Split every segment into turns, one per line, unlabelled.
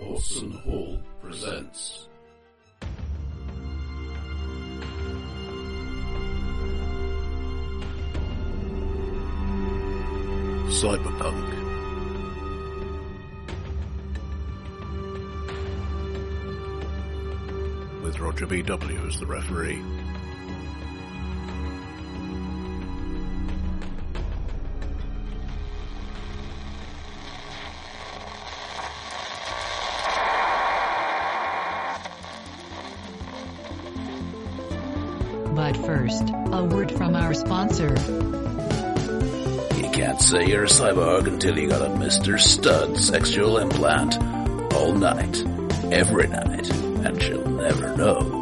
Orson Hall presents. Cyberpunk. With Roger B.W. as the referee.
But first, a word from our sponsor.
You can't say you're a cyborg until you got a Mr. Stud sexual implant. All night. Every night. And she'll never know.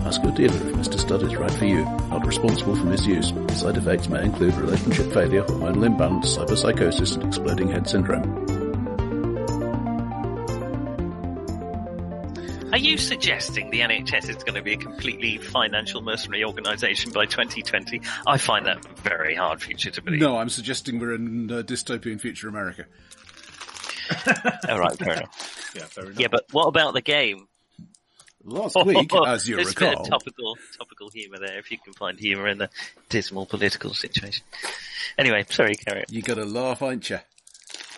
Ask your dealer if Mr. Stud is right for you. Not responsible for misuse. Side effects may include relationship failure, hormonal imbalance, cyberpsychosis, and exploding head syndrome.
Are you suggesting the NHS is going to be a completely financial mercenary organisation by 2020? I find that very hard future to believe.
No, I'm suggesting we're in uh, dystopian future America.
All right, fair enough.
Yeah, fair enough.
Yeah, but what about the game?
Last week, as you
There's a bit
recall,
of topical, topical humour there, if you can find humour in the dismal political situation. Anyway, sorry, carry on.
you got to laugh, ain't you?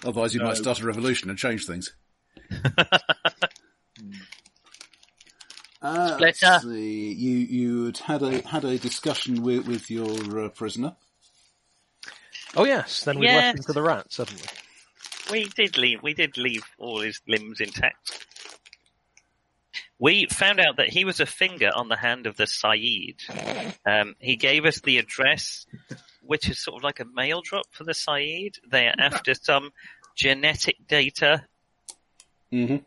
Otherwise, you
No.
might start a revolution and change things. Uh,
Splitter. let's
see. You you had a had a discussion with with your uh, prisoner.
Oh yes, then we
Yes.
left him to the rats, haven't we?
We did leave. We did leave all his limbs intact. We found out that he was a finger on the hand of the Saeed. Um, he gave us the address, which is sort of like a mail drop for the Saeed. They are after some genetic data
Mm-hmm.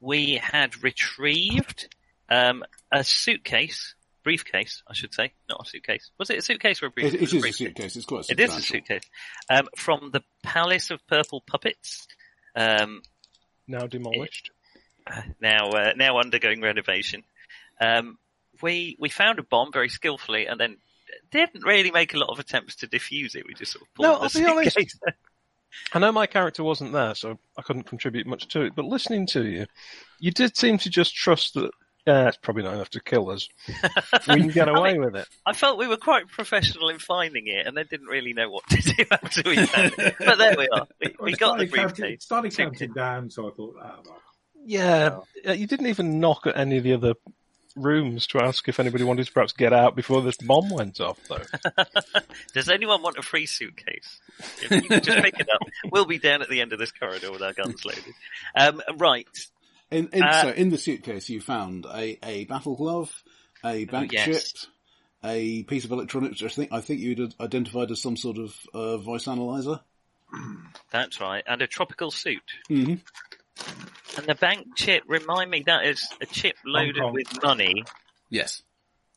we had retrieved um, a suitcase, briefcase, I should say, not a suitcase. Was it a suitcase or a briefcase?
It, it
was a
is a
briefcase.
suitcase. It's quite
It is
substantial.
a suitcase um, from the Palace of Purple Puppets. Um,
Now demolished.
now uh, now undergoing renovation. Um, we we found a bomb very skillfully, and then didn't really make a lot of attempts to defuse it. We just sort of pulled
No,
the
I'll be honest.
suitcase.
I know my character wasn't there, so I couldn't contribute much to it. But listening to you, you did seem to just trust that. Yeah, it's probably not enough to kill us. we can get away with it.
I felt we were quite professional in finding it, and then didn't really know what to do after we found it. But there we are. We, we
Well, it
got the
started counting-
briefcase.
it Started
Tick, tick.
counting down, so I thought, ah, well,
Yeah, uh, you didn't even knock at any of the other rooms to ask if anybody wanted to perhaps get out before this bomb went off, though.
Does anyone want a free suitcase? If you could just pick it up, we'll be down at the end of this corridor with our guns loaded. Um, right.
In, in,
Uh,
so in the suitcase, you found a, a battle glove, a bank
Oh, yes.
chip, a piece of electronics. which I think I think you'd identified as some sort of uh, voice analyzer.
That's right. And a tropical suit.
Mhm.
And the bank chip, remind me, that is a chip loaded
Kong.
with money,
Yes,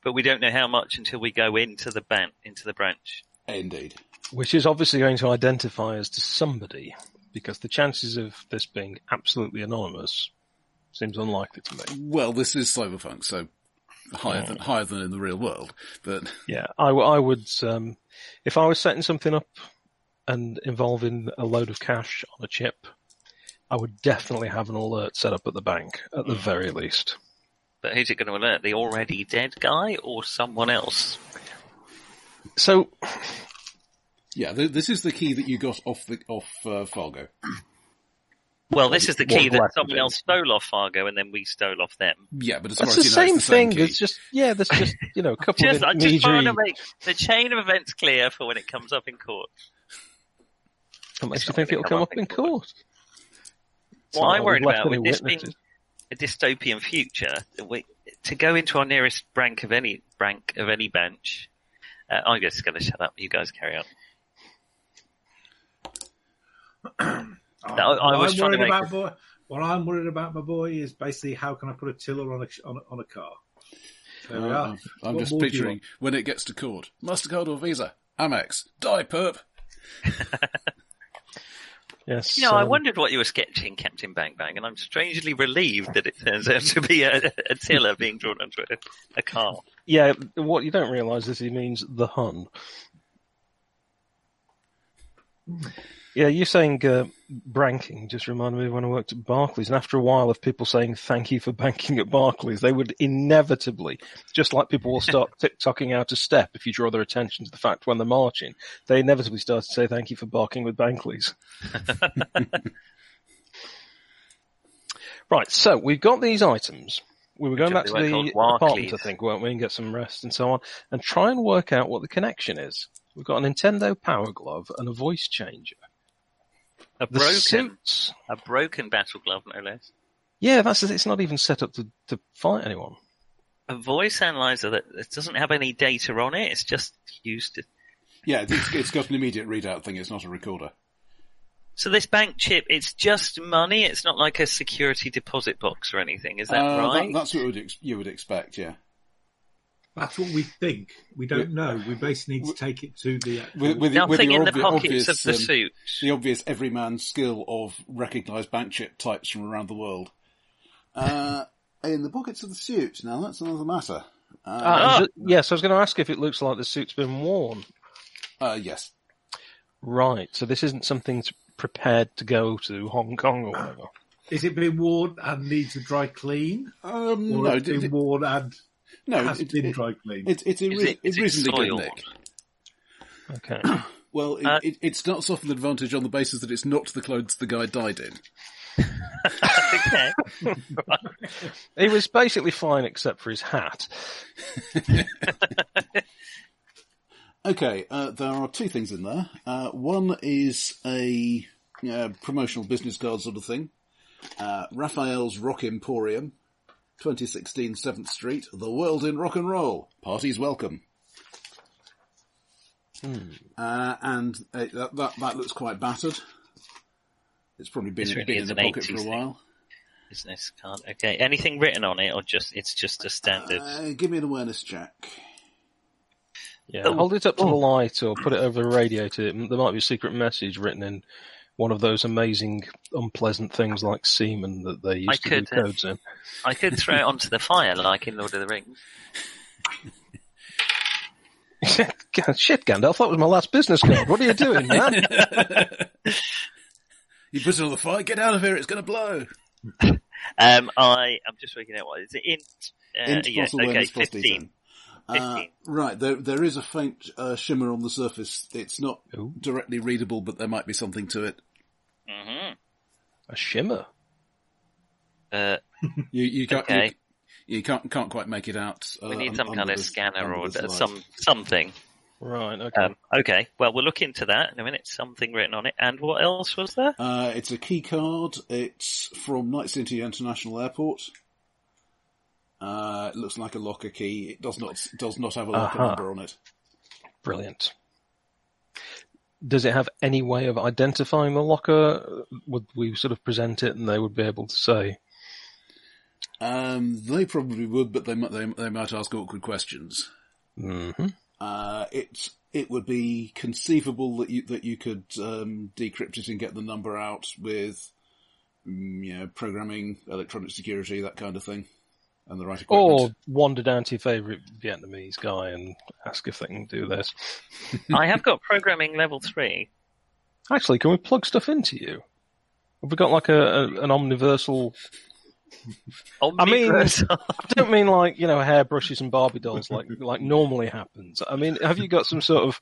but we don't know how much until we go into the ban- into the branch.
indeed.
Which is obviously going to identify us to somebody, because the chances of this being absolutely anonymous seems unlikely to me.
Well, this is cyberpunk, so higher than higher than in the real world. But
Yeah, I, w- I would, um, if I was setting something up and involving a load of cash on a chip, I would definitely have an alert set up at the bank, at the very least.
But who's it going to alert? The already dead guy or someone else?
So,
yeah, th- this is the key that you got off the off uh, Fargo.
Well, this is the key
What
that
black
someone
is.
else stole off Fargo and then we stole off them.
Yeah, but as
that's
far
the
as you know,
same,
it's the
thing.
Key.
It's just, yeah, there's just, you know, a couple
Just,
of
I'm just trying to
knee
make the chain of events clear for when it comes up in court.
What makes
It's
you
not
think
gonna
it'll come up in court? It's
What
not
I'm
like
worried
we've left
about
any
with this being
witnesses.
a dystopian future, we, to go into our nearest brank of any brank of any bench, uh, I'm just going to shut up. You guys carry on.
I,
No, I
what
was
I'm
trying to make
worried about
a-
boy. What I'm worried about, my boy, is basically how can I put a tiller on a on a, on a car? There we
Uh,
are.
I'm
What
just
more do you
picturing when it gets to court, Mastercard or Visa, Amex, die perp.
Yes.
You know, I
um,
wondered what you were sketching, Captain Bang Bang, and I'm strangely relieved that it turns out to be a, a tiller being drawn onto a, a car.
Yeah, what you don't realise is he means the Hun. Yeah, you saying uh, branking just reminded me of when I worked at Barclays. And after a while of people saying thank you for banking at Barclays, they would inevitably, just like people will start TikToking out a step if you draw their attention to the fact when they're marching, they inevitably start to say thank you for barking with Barclays. right, so we've got these items. We were going
Which I
back to
think were
the
called
apartment, I
Barclays.
think, weren't we, and get some rest and so on, and try and work out what the connection is. We've got a Nintendo Power Glove and a voice changer.
A
The
broken,
suits.
a broken battle glove, no less.
Yeah, that's the- it's not even set up to, to fight anyone.
A voice analyzer that that doesn't have any data on it. It's just used. To...
Yeah, it's, it's got an immediate readout thing. It's not a recorder.
So this bank chip, it's just money. It's not like a security deposit box or anything. Is that
Uh,
right?
that's what would ex- you would expect. Yeah,
That's what we think. We don't know. We basically need to take it to the.
with, with, with
Hmm. Nothing
your
in the
obvi-
pockets of the
um,
suit.
the obvious everyman skill of recognised bank chip types from around the world. Uh, in the pockets of the suit. Now that's another matter. Uh,
Ah, is it- yes, I was going to ask if it looks like the suit's been worn.
uh, yes.
Right, so this isn't something that's prepared to go to Hong Kong or whatever.
Is it been worn and needs a dry clean,
Um,
or
no,
it's
it-
been
it-
worn and
no,
has
it-
been
it-
dry cleaned?
It's it's a
Is
re-
it- is it
reasonably good
soiled?
nick.
Okay.
Well, it,
Uh,
it, it starts off with an advantage on the basis that it's not the clothes the guy died in.
Okay.
he was basically fine except for his hat.
Okay, uh, there are two things in there. Uh, one is a uh, promotional business card sort of thing. Uh, Raphael's Rock Emporium, 2016 7th Street, the world in rock and roll. Parties welcome.
Hmm.
Uh, and uh, that, that, that looks quite battered. It's probably been,
This really
been in
is
the
an
pocket for
80s
a
thing.
while.
Business card. Okay. Anything written on it, or just it's just a standard?
Uh, give me an awareness check.
Yeah.
Oh.
Hold it up to the
Oh.
light or put it over the radiator. It- There might be a secret message written in one of those amazing, unpleasant things like semen that they used
I
to
could
do
have-
codes in.
I could throw it onto the fire like in Lord of the Rings.
Shit, Gandalf, that was my last business card. What are you doing, man?
You put it on the fire, get out of here, it's going to blow.
Um, I I'm just working out what is it in. Uh,
Int
yeah,
plus awareness
okay,
plus
fifteen.
D10. Uh,
15.
right, there there is a faint uh, shimmer on the surface. It's not
Ooh.
directly readable, but there might be something to it.
hmm
A shimmer.
Uh,
You you can't you-
Okay.
you, can't can't quite make it out. Uh,
we need
un-
some kind
under
of
the-
scanner
under
or
the
d-
slide.
some something.
Right, okay.
Um, okay, well we'll look into that in a minute. Something written on it, and what else was there?
Uh, it's a key card. It's from Night City International Airport. Uh, it looks like a locker key. It does not does not have a locker
Aha.
number on it.
Brilliant. Does it have any way of identifying the locker? Would we sort of present it and they would be able to say,
Um, they probably would, but they might they, they might ask awkward questions.
mm-hmm.
Uh, it it would be conceivable that you that you could um, decrypt it and get the number out with mm, you know, programming, electronic security, that kind of thing, and the right
or
equipment.
wander down to your favourite Vietnamese guy and ask if they can do this?
I have got programming level three.
Actually, can we plug stuff into you? Have we got like a, a an omniversal? I mean,
Omniversal.
I don't mean like you know hairbrushes and Barbie dolls like like normally happens. I mean, have you got some sort of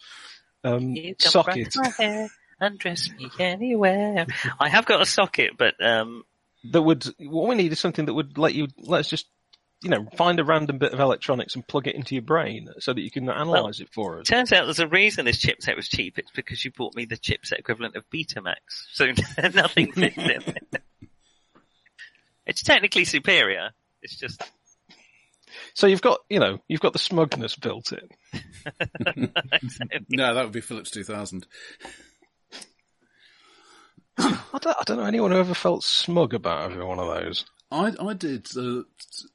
um,
You can
socket
brush my hair and dress me anywhere. I have got a socket, but um,
that would what we need is something that would let you let's just you know find a random bit of electronics and plug it into your brain so that you can analyze it for us
turns out there's a reason this chipset was cheap. It's because you bought me the chipset equivalent of Betamax, so nothing fits it. It's technically superior. It's just
so you've got you know you've got the smugness built in
no, that would be Philips two thousand.
I don't, I don't know anyone who ever felt smug about every one of those
I I did uh,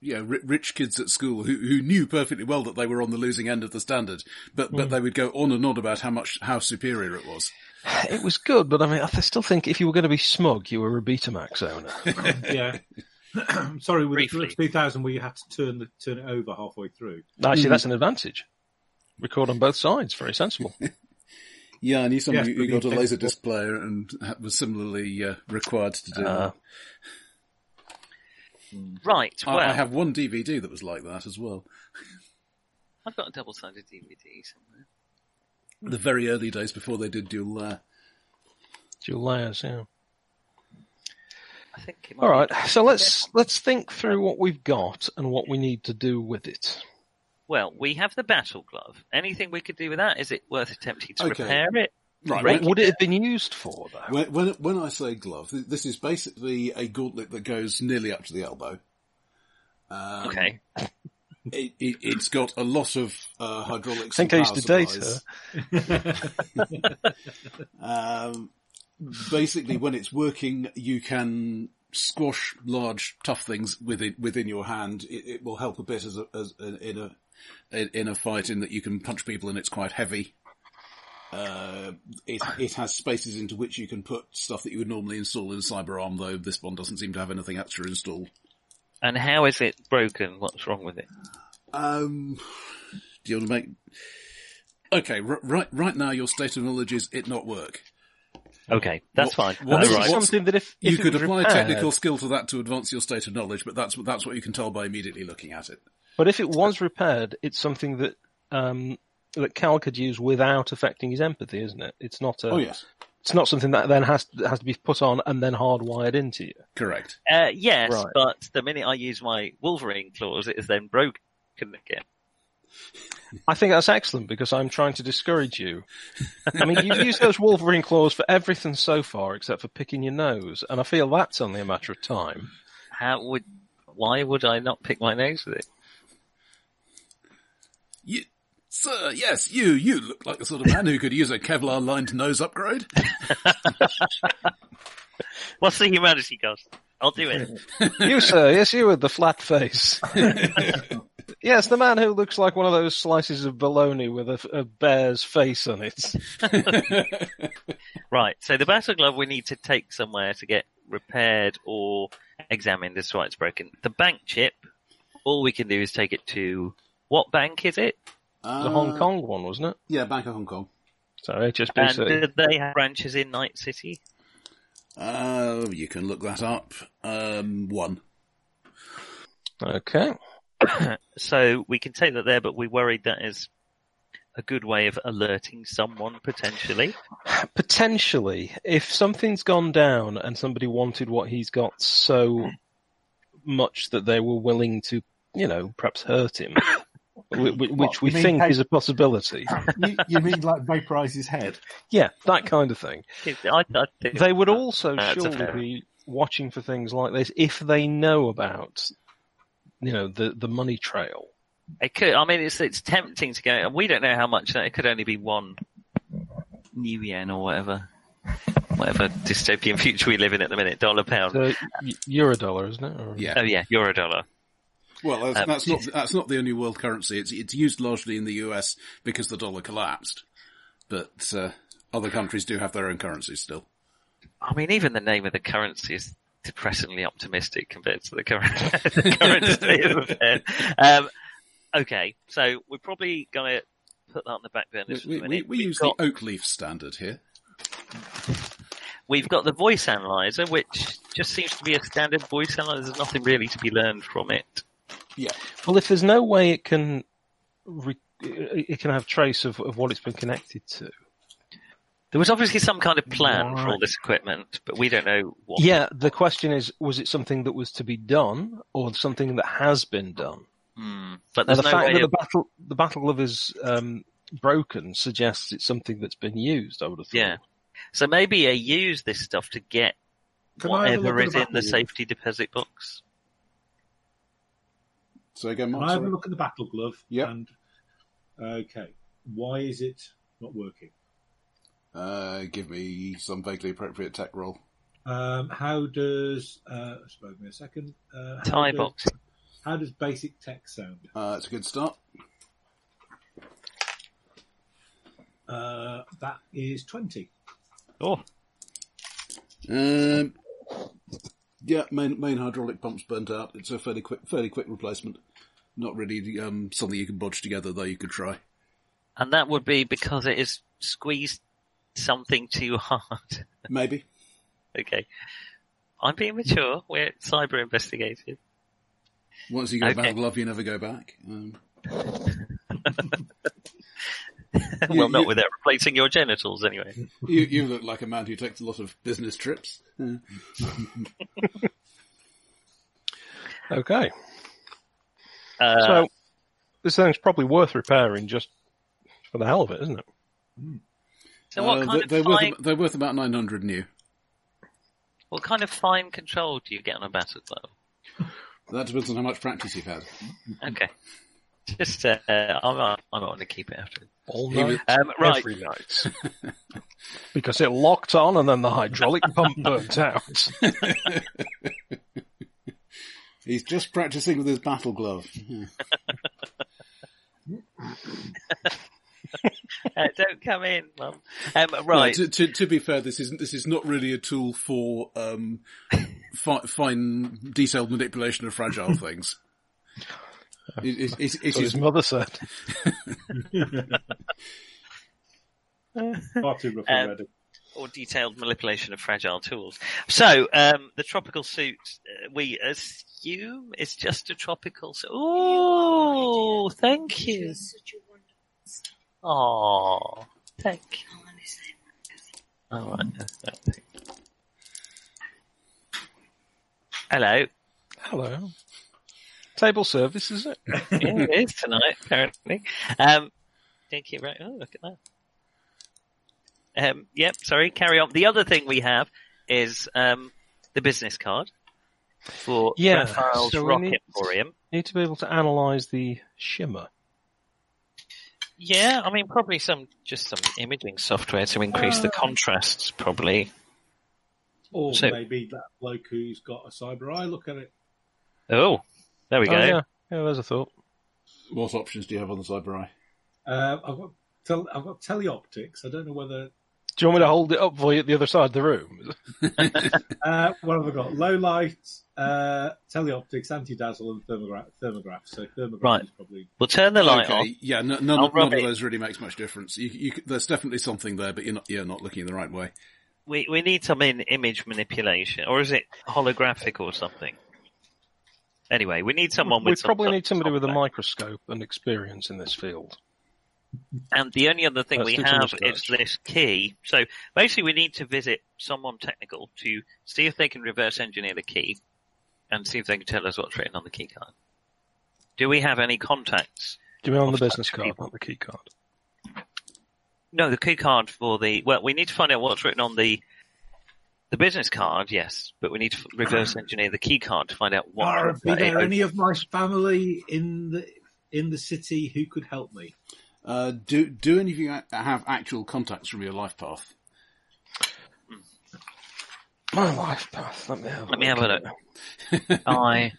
yeah ri- rich kids at school who who knew perfectly well that they were on the losing end of the standard, but but they would go on and on about how much how superior it was.
it was good but i mean i still think if you were going to be smug you were a betamax owner
yeah. Sorry, with
Briefly.
the two thousand, where you had to turn the turn it over halfway through.
actually that's an advantage record on both sides very sensible
Yeah, I knew somebody
Yes,
who got a
really
laser
flexible.
disc player and ha- was similarly uh, required to do.
Ah.
that.
Right.
I,
well,
I have one DVD that was like that as well.
I've got a double-sided DVD somewhere.
The very early days before they did dual layer.
Dual layers, yeah.
I think. It might
All
be-
right, so let's let's think through what we've got and what we need to do with it.
Well, we have the battle glove. Anything we could do with that? Is it worth attempting to
Okay.
repair it?
Right.
What
Right.
would it have been used for, though?
When, when when I say glove, th- this is basically a gauntlet that goes nearly up to the elbow. Um,
Okay.
It, it, it's got a lot of uh, hydraulics.
think
and
I
power
used to date
supplies. um, basically, when it's working, you can squash large, tough things within within your hand. It, it will help a bit as, a, as a, in a in in a fight in that you can punch people and it's quite heavy. Uh, it, it has spaces into which you can put stuff that you would normally install in Cyberarm, though this one doesn't seem to have anything extra installed.
And how is it broken? What's wrong with it?
Um, do you want to make? Okay, r- right, right now your state of knowledge is it not work.
Okay, that's
What-
fine.
what
That's
This is
what's-
right.
something that if, if
you
it
could
was
apply
repaired-
technical skill to that to advance your state of knowledge, but that's that's what you can tell by immediately looking at it.
but if it was repaired, it's something that um, that Cal could use without affecting his empathy, isn't it? It's not a,
oh yes,
it's not something that then has that has to be put on and then hardwired into you.
correct.
Uh, yes,
Right.
but the minute I use my Wolverine claws, it is then broken again.
I think that's excellent because I'm trying to discourage you. I mean, you've used those Wolverine claws for everything so far except for picking your nose, and I feel that's only a matter of time.
How would? Why would I not pick my nose with it?
You, sir, yes, you you look like the sort of man who could use a Kevlar lined nose upgrade.
What's the humanity cost? I'll do it.
You, sir, yes, you with the flat face. yes, the man who looks like one of those slices of bologna with a, a bear's face on it.
right. So the battle glove we need to take somewhere to get repaired or examined as to why it's broken. The bank chip. All we can do is take it to what bank is it?
The
Uh,
Hong Kong one, wasn't it?
yeah, Bank of Hong Kong.
So HSBC.
And do they have branches in Night City?
Uh, you can look that up. Um, one.
Okay.
So we can take that there, but we're worried that is a good way of alerting someone potentially.
Potentially, if something's gone down and somebody wanted what he's got so much that they were willing to, you know, perhaps hurt him, whi- whi- which
What,
we
you mean
think
hate-
is a possibility.
you, you mean like vaporize his head?
Yeah, that kind of thing.
I, I think
They would also
That's a
surely
fair-
be watching for things like this if they know about, you know, the, the money trail.
it could. I mean, it's it's tempting to go, and we don't know how much. It could only be one new yen or whatever, whatever dystopian future we live in at the minute. Dollar pound.
So, y- Eurodollar, isn't it? Or-
Yeah.
oh Um, yeah, euro dollar.
Well, that's,
Um,
that's not that's not the only world currency. It's it's used largely in the US because the dollar collapsed, but uh, other countries do have their own currencies still.
I mean, even the name of the currency is depressingly optimistic compared to the current, the current state of affairs. Um, okay, so we're probably going to put that on the back burner. for
We,
a
we,
minute.
we
We've
use
got-
the oak leaf standard here.
We've got the voice analyzer, which just seems to be a standard voice analyzer. There's nothing really to be learned from it.
Yeah.
Well, if there's no way it can, re- it can have trace of, of what it's been connected to.
There was obviously some kind of plan for all
Right.
this equipment, but we don't know what.
Yeah, the question is, was it something that was to be done or something that has been done?
Hmm. But
Now,
there's
the
no
fact
way
that the
of-
battle, the battle glove is um, broken suggests it's something that's been used. I would have thought.
Yeah. So maybe I use this stuff to get
Can I have a
whatever
look at
is
the
in the
battle?
safety deposit box.
So again,
Can
Mark,
I have a
sorry.
look at the battle glove?
Yep.
And okay, why is it not working?
Uh, give me some vaguely appropriate tech roll.
Um, how does? Uh, spare me a second. Uh, how
Tie
does-
box.
How does basic tech sound?
Uh, it's a good start.
Uh, that is twenty.
Oh,
Um, yeah, main, main hydraulic pump's burnt out. It's a fairly quick, fairly quick replacement. Not really um, something you can bodge together, though you could try.
and that would be because it is squeezed something too hard.
Maybe.
okay. I'm being mature. We're cyber investigated.
Once you go back,
Okay.
love you never go back. Um,
well, not
you-
without replacing your genitals anyway.
you, you look like a man who takes a lot of business trips. Uh,
Okay.
Uh,
so this thing's probably worth repairing just for the hell of it, isn't it?
so what
uh,
kind
they-
of
they're, worth,
fine,
ab- they're worth about 900 new.
what kind of fine control do you get on a battered level?
That depends on how much practice you've had.
Okay. Just, uh, I'm, I'm going to keep it after.
All
He was-
night,
Um, right.
every night. because it locked on and then the hydraulic pump burnt out.
He's just practicing with his battle glove. Yeah.
Uh, don't come in, Mum. Um, right.
No, to, to, to be fair, this isn't. This is not really a tool for um, fi- fine detailed manipulation of fragile things. It, it, it, it
So his
is
mother said.
Far too rough
Um,
already.
or detailed manipulation of fragile tools. So, um, the tropical suit, uh, we assume is just a tropical suit. Oh, thank you. Oh, thank you. All right. Hello.
Hello. Table service, is it?
Yeah, it is tonight, apparently. Um, thank you. Right. Oh, look at that. Um, yep. Sorry. Carry on. The other thing we have is um, the business card for
Yeah,
Raphael's
so we
Rock
need-
Emporium.
Need to be able to analyse the shimmer.
Yeah, I mean, probably some just some imaging software to increase
Uh.
the contrasts, probably.
Or
so-
maybe that bloke who's got a cyber eye look at it.
Oh, there we
Oh,
go.
yeah. Yeah, there's a thought.
what options do you have on the cyber eye?
Uh, I've got tele- I've got teleoptics. I don't know whether.
Do you want me to hold it up for you at the other side of the room?
Uh, what have I got? Low light, uh, teleoptics, anti dazzle, and thermograph. Thermograph. So thermograph
Right.
is probably.
We'll turn the light
okay,
on.
yeah, no, none,
I'll
of, none
rub
of
it.
those really makes much difference. You, you, c- there's definitely something there, but you're not you're not looking in the right way.
We we need some in image manipulation, or is it holographic or something? Anyway, we need someone
we
with. some
probably
sort
need
of
somebody with a
software.
microscope and experience in this field.
And the only other thing
That's
we
too
have
much to
is this key. So basically, we need to visit someone technical to see if they can reverse engineer the key and see if they can tell us what's written on the key card. Do we have any contacts?
Do you mean on the
Offside
business card,
people.
not the key card?
No, the key card for the well, we need to find out what's written on the the business card. Yes, but we need to reverse engineer the key card to find out what.
Are
that
there
is.
any of my family in the in the city who could help me?
Uh, do do any of you a- have actual contacts from your life path?
My life path. Let me have a
Let me have a look. I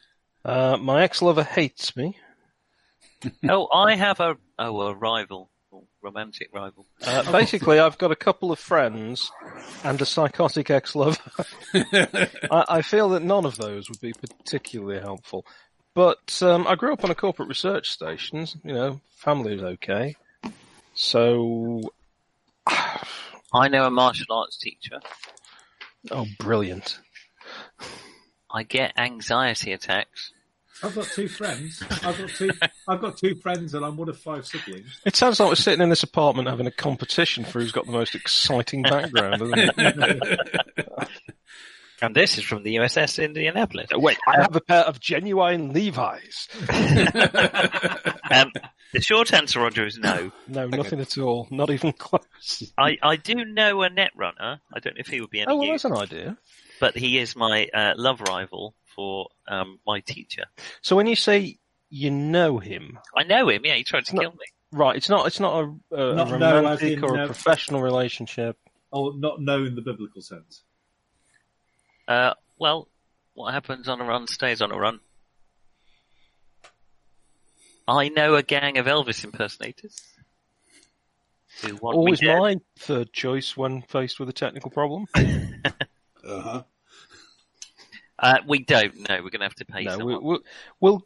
Uh, my ex-lover hates me.
oh, I have a oh a rival, romantic rival.
Uh, basically, I've got a couple of friends and a psychotic ex-lover. I, I feel that none of those would be particularly helpful. But um, I grew up on a corporate research station. You know, family was okay. So,
I know a martial arts teacher.
oh, brilliant.
I get anxiety attacks.
I've got two friends. I've got two. I've got two friends, and I'm one of five siblings.
It sounds like we're sitting in this apartment having a competition for who's got the most exciting background, doesn't it?
And this is from the USS Indianapolis.
Oh, Wait, I have a pair of genuine Levi's.
Um, the short answer, Roger, is no.
No, nothing at all. Not even close.
I, I do know a net runner. I don't know if he would be any
Oh, well,
use,
that's an idea.
but he is my uh, love rival for um, my teacher.
So when you say you know him,
I know him. Yeah, he tried to
No.
kill me.
right? It's not. It's not a, a
Not know, as
romantic
in,
or a
no.
professional relationship.
Oh, not know in the biblical sense.
Uh, well, what happens on a run stays on a run. I know a gang of Elvis impersonators who want
Always
me dead.
my third choice when faced with a technical problem.
Uh huh.
Uh, we don't know. We're going to have to pay
no,
someone.
we, we, we'll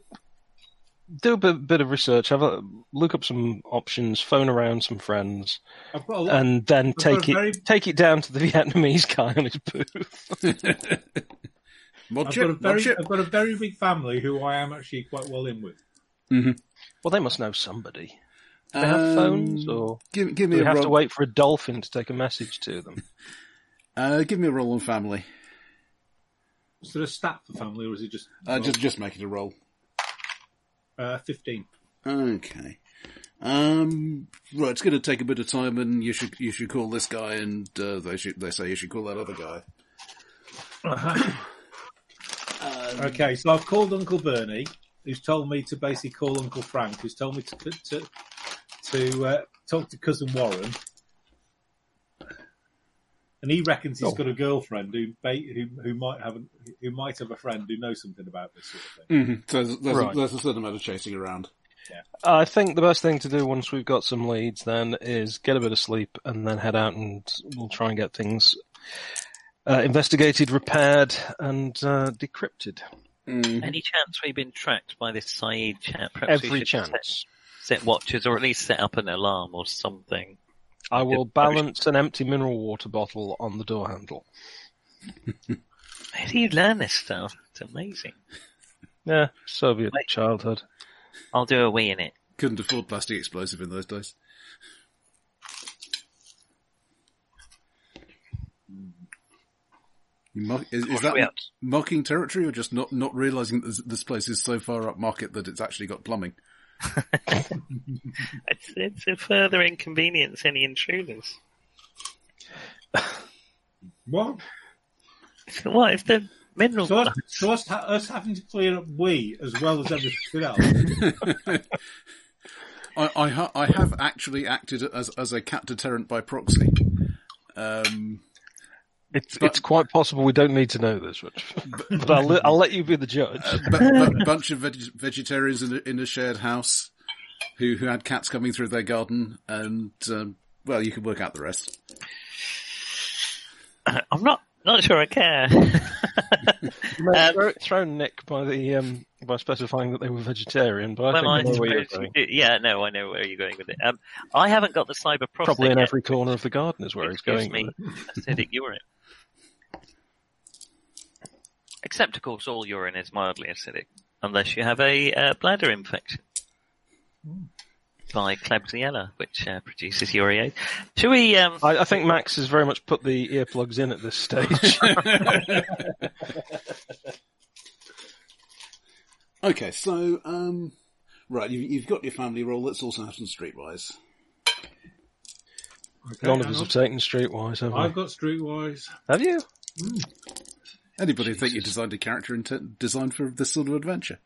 do a bit, bit of research, have a look up some options, phone around some friends,
I've got a lot.
and then
got a
take it
very-
take it down to the Vietnamese guy on his booth.
Mod
I've got, a
chip, mod
very,
chip.
I've got a very big family who I am actually quite well in with.
Well, they must know somebody. Do they have phones,
Um,
or
give, give me
do we
a
have
roll.
to wait for a dolphin to take a message to them?
Uh, give me a roll on family.
Is there a stat for family, or is it just
Uh, Just just make it a roll.
uh, fifteen?
Okay. Um, right, it's going to take a bit of time, and you should you should call this guy, and uh, they should they say you should call that other guy.
Okay, so I've called Uncle Bernie, who's told me to basically call Uncle Frank, who's told me to to, to uh, talk to cousin Warren, and he reckons he's
Oh.
got a girlfriend who, ba- who who might have an, who might have a friend who knows something about this sort of thing.
So there's, there's,
Mm-hmm. Right.
a, there's a certain amount of chasing around.
I think the best thing to do once we've got some leads then is get a bit of sleep and then head out and we'll try and get things uh, investigated, repaired, and uh, decrypted. Mm.
Any chance we've been tracked by this Saeed chap? Perhaps we
Every
should Set,
chance.
set watches or at least set up an alarm or something.
I will balance an empty mineral water bottle on the door handle.
How do you learn this stuff? It's amazing.
Yeah, Soviet
Wait.
childhood.
I'll do a wee in it.
Couldn't afford plastic explosive in those days. You mock, is, is
Gosh,
that
we out.
mocking territory, or just not not realizing that this, this place is so far up market that it's actually got plumbing?
It's, it's a further inconvenience, any intruders.
What?
What if the mineral...
So, us, so us, ha- us having to clear up we as well as everything else.
I I, ha- I have actually acted as as a cat deterrent by proxy. Um,
It's, it's quite possible we don't need to know this, Rich. but I'll, let- I'll let you be the judge.
bu- bu- bunch of veg- vegetarians in a, in a shared house who who had cats coming through their garden, and um, well, you can work out the rest.
I'm not, not sure I care. Um,
throw, throw Nick by the um, by specifying that they were vegetarian, but I
well, I
think I know where you're
suppose
going.
you do. Yeah, no, I know where you're going with it. Um, I haven't got the cyber prostate
Probably in
yet.
every corner of the garden is where he's
Excuse
going. with
me, acidic urine. Except, of course, all urine is mildly acidic, unless you have a uh, bladder infection Hmm. by Klebsiella, which uh, produces urease. Should we? Um,
I, I think Max has very much put the earplugs in at this stage.
Okay, so um, right, you, you've got your family role. Let's also have some streetwise.
Okay,
None of
hang
us
on.
have taken Streetwise, have we?
I've got Streetwise.
Have you?
Anybody think you designed a character intent designed for this sort of adventure?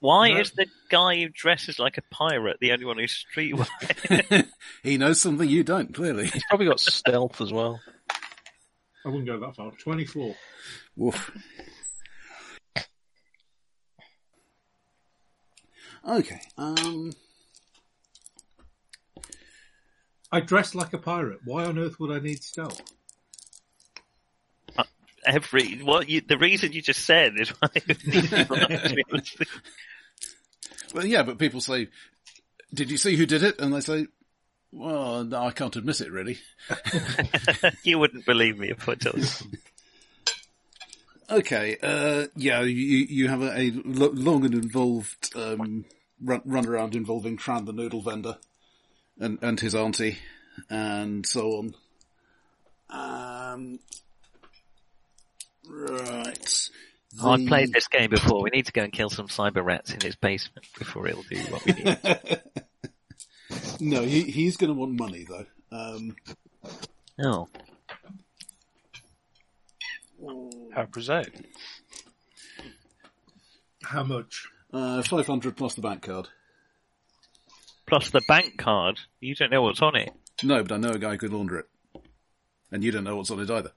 why
No.
is the guy who dresses like a pirate the only one who's streetwise?
He knows something you don't, clearly.
He's probably got stealth as well.
I wouldn't go that far. Twenty-four.
Woof. Okay. Um,
I dress like a pirate. Why on earth would I need stealth?
Every what you, the reason you just said is why. these people are actually-
well, yeah, but people say, "Did you see who did it?" And they say, "Well, no, I can't admit it, really."
you wouldn't believe me if I told you.
Okay. Uh, yeah, you you have a, a lo- long and involved um, run, run around involving Tran the noodle vendor and and his auntie and so on. Um, right.
I've
The-
played this game before. We need to go and kill some cyber rats in his basement before he'll do what we need.
No, he, he's going to want money though. Um,
Oh.
How prosaic.
How much?
uh, five hundred plus the bank card.
Plus the bank card. You don't know what's on it.
No, but I know a guy who could launder it, and you don't know what's on it either.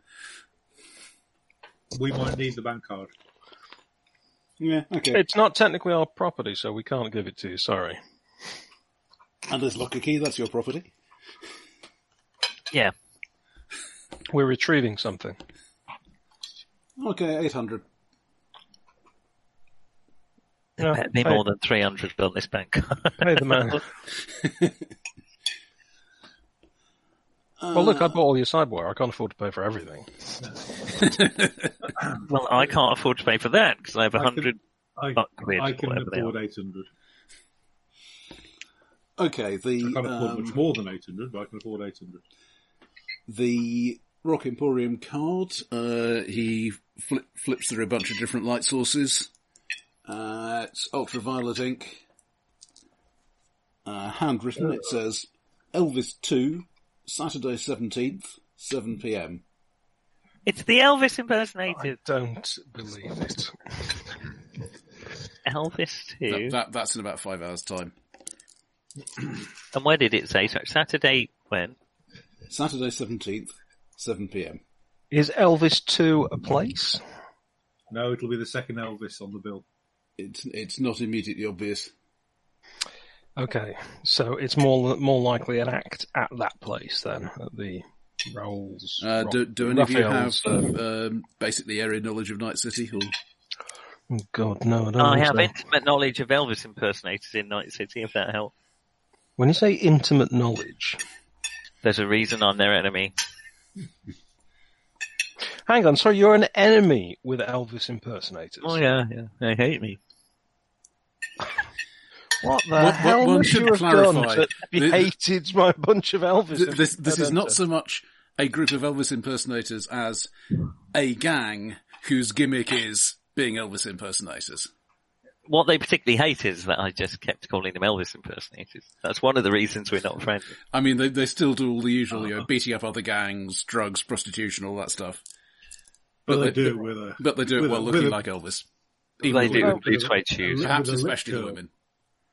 We might need the bank card.
Yeah, okay.
It's not technically our property, so we can't give it to you, sorry.
And there's locker key. That's your property.
Yeah.
We're retrieving something.
Okay, eight hundred.
No,
Bet me
pay-
more than 300 on this bank card.
Pay the man. well, look, I bought all your sideware. I can't afford to pay for everything.
well, I can't afford to pay for that because I have
I
100
I,
buck quid
I
or
can
whatever they
afford
are.
800.
Okay,
I
the
can't afford
um,
much more than 800, but I can afford 800.
the Rock Emporium card. Uh, he flip, flips through a bunch of different light sources. Uh, it's ultraviolet ink. Uh, handwritten, it says Elvis 2, Saturday 17th, 7pm.
It's the Elvis
I
impersonated.
don't believe it.
Elvis too.
That, that, that's in about five hours' time.
And where did it say? So Saturday when?
Saturday 17th, 7pm.
Is Elvis 2 a place?
No, it'll be the second Elvis on the bill.
It's, it's not immediately obvious.
Okay, so it's more more likely an act at that place then, at the Rolls.
Uh,
Rock-
do, do any of you have
Raphael's, uh,
um, basically area knowledge of Night City? Or...
oh, God, no, I don't
I
think
have
so.
intimate knowledge of Elvis impersonators in Night City, if that helps.
When you say intimate knowledge,
There's a reason I'm their enemy.
hang on, sorry, you're an enemy with Elvis impersonators.
Oh yeah, yeah. They hate me.
What the
What- what
hell
one
must
should
you have
clarify,
done that
the-
you hated my bunch of Elvis?
Th- this this is not
impersonators?
so much a group of Elvis impersonators as a gang whose gimmick is being Elvis impersonators.
What they particularly hate is that I just kept calling them Elvis impersonators. That's one of the reasons we're not friends.
I mean, they they still do all the usual, you know, beating up other gangs, drugs, prostitution, all that stuff.
But,
But
they,
they-
do it with a.
But they do it
with a-
while
with
looking
a-
like Elvis. Even
They
the
do
women.
with blue suede shoes.
Perhaps
With a lip
especially the
curl.
women.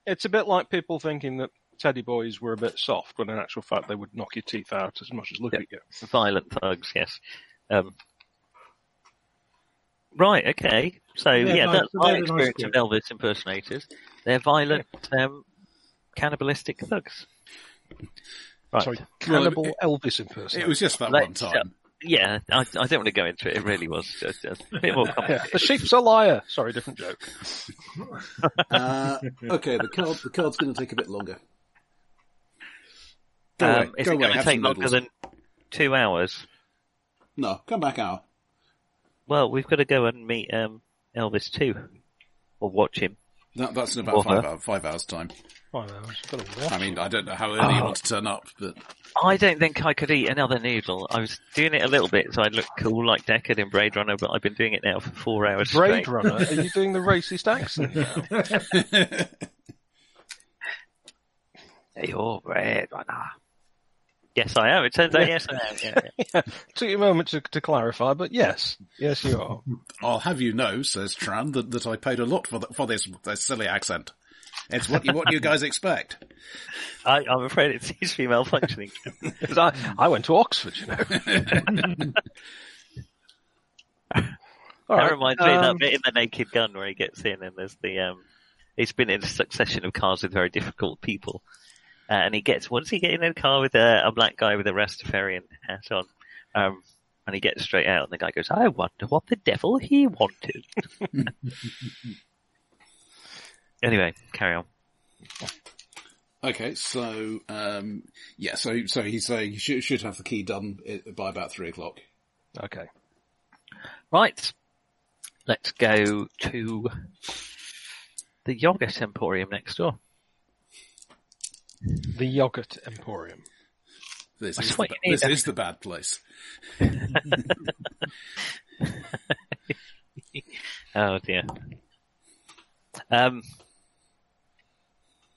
It's a bit like people thinking that teddy boys were a bit soft, when in actual fact they would knock your teeth out as much as look
Yep.
at you.
Violent thugs, yes. Um, right, okay. So
Yeah,
yeah,
nice.
that's
They're
my
nice
experience of
group.
Elvis impersonators. They're violent, um, cannibalistic thugs. Right.
Sorry,
Well,
cannibal
it- It
Elvis impersonator.
was just that
Let's
one time.
Yeah, I, I don't want to go into it. It really was just, just a bit more
Yeah,
complicated.
the sheep's a liar. Sorry, different joke.
Uh, okay, the card the card's going to take a bit longer. Go away,
Um, is
go
it
away,
going to
have
take
some
longer
noodles.
than two hours?
No, come back out.
Well, we've got to go and meet um, Elvis too, or watch him.
That, that's in
Or
about five,
her.
hour, five hours' time.
Five hours. Got to
I
watch.
mean, I don't know how early
Oh.
you want to turn up, but
I don't think I could eat another noodle. I was doing it a little bit so I looked cool like Deckard in Braid Runner, but I've been doing it now for four hours
Braid
straight.
Runner. Are you doing the racist accent? now?
You're Braid Runner. Yes, I am. It turns out, yes, I am. Yeah, yeah.
Took you a moment to, to clarify, but yes, yes, you are.
I'll have you know, says Tran, that, that I paid a lot for th for this, this silly accent. It's what you, what you guys expect.
I, I'm afraid it seems to be malfunctioning.
'Cause I, I went to Oxford, you know. All
That
right.
reminds me of
um,
that bit in the Naked Gun where he gets in and there's the um, he's been in a succession of cars with very difficult people, uh, and he gets what does he get in a car with uh, a, a black guy with a Rastafarian hat on, um, and he gets straight out and the guy goes, "I wonder what the devil he wanted." anyway, carry on.
Okay, so, um, yeah, so, so he's saying you should, should have the key done i- by about three o'clock.
Okay.
Right, let's go to the yogurt emporium next door.
The yogurt emporium.
This,
That's
is the,
what
ba-
you need.
this is the bad place.
Oh dear. Um,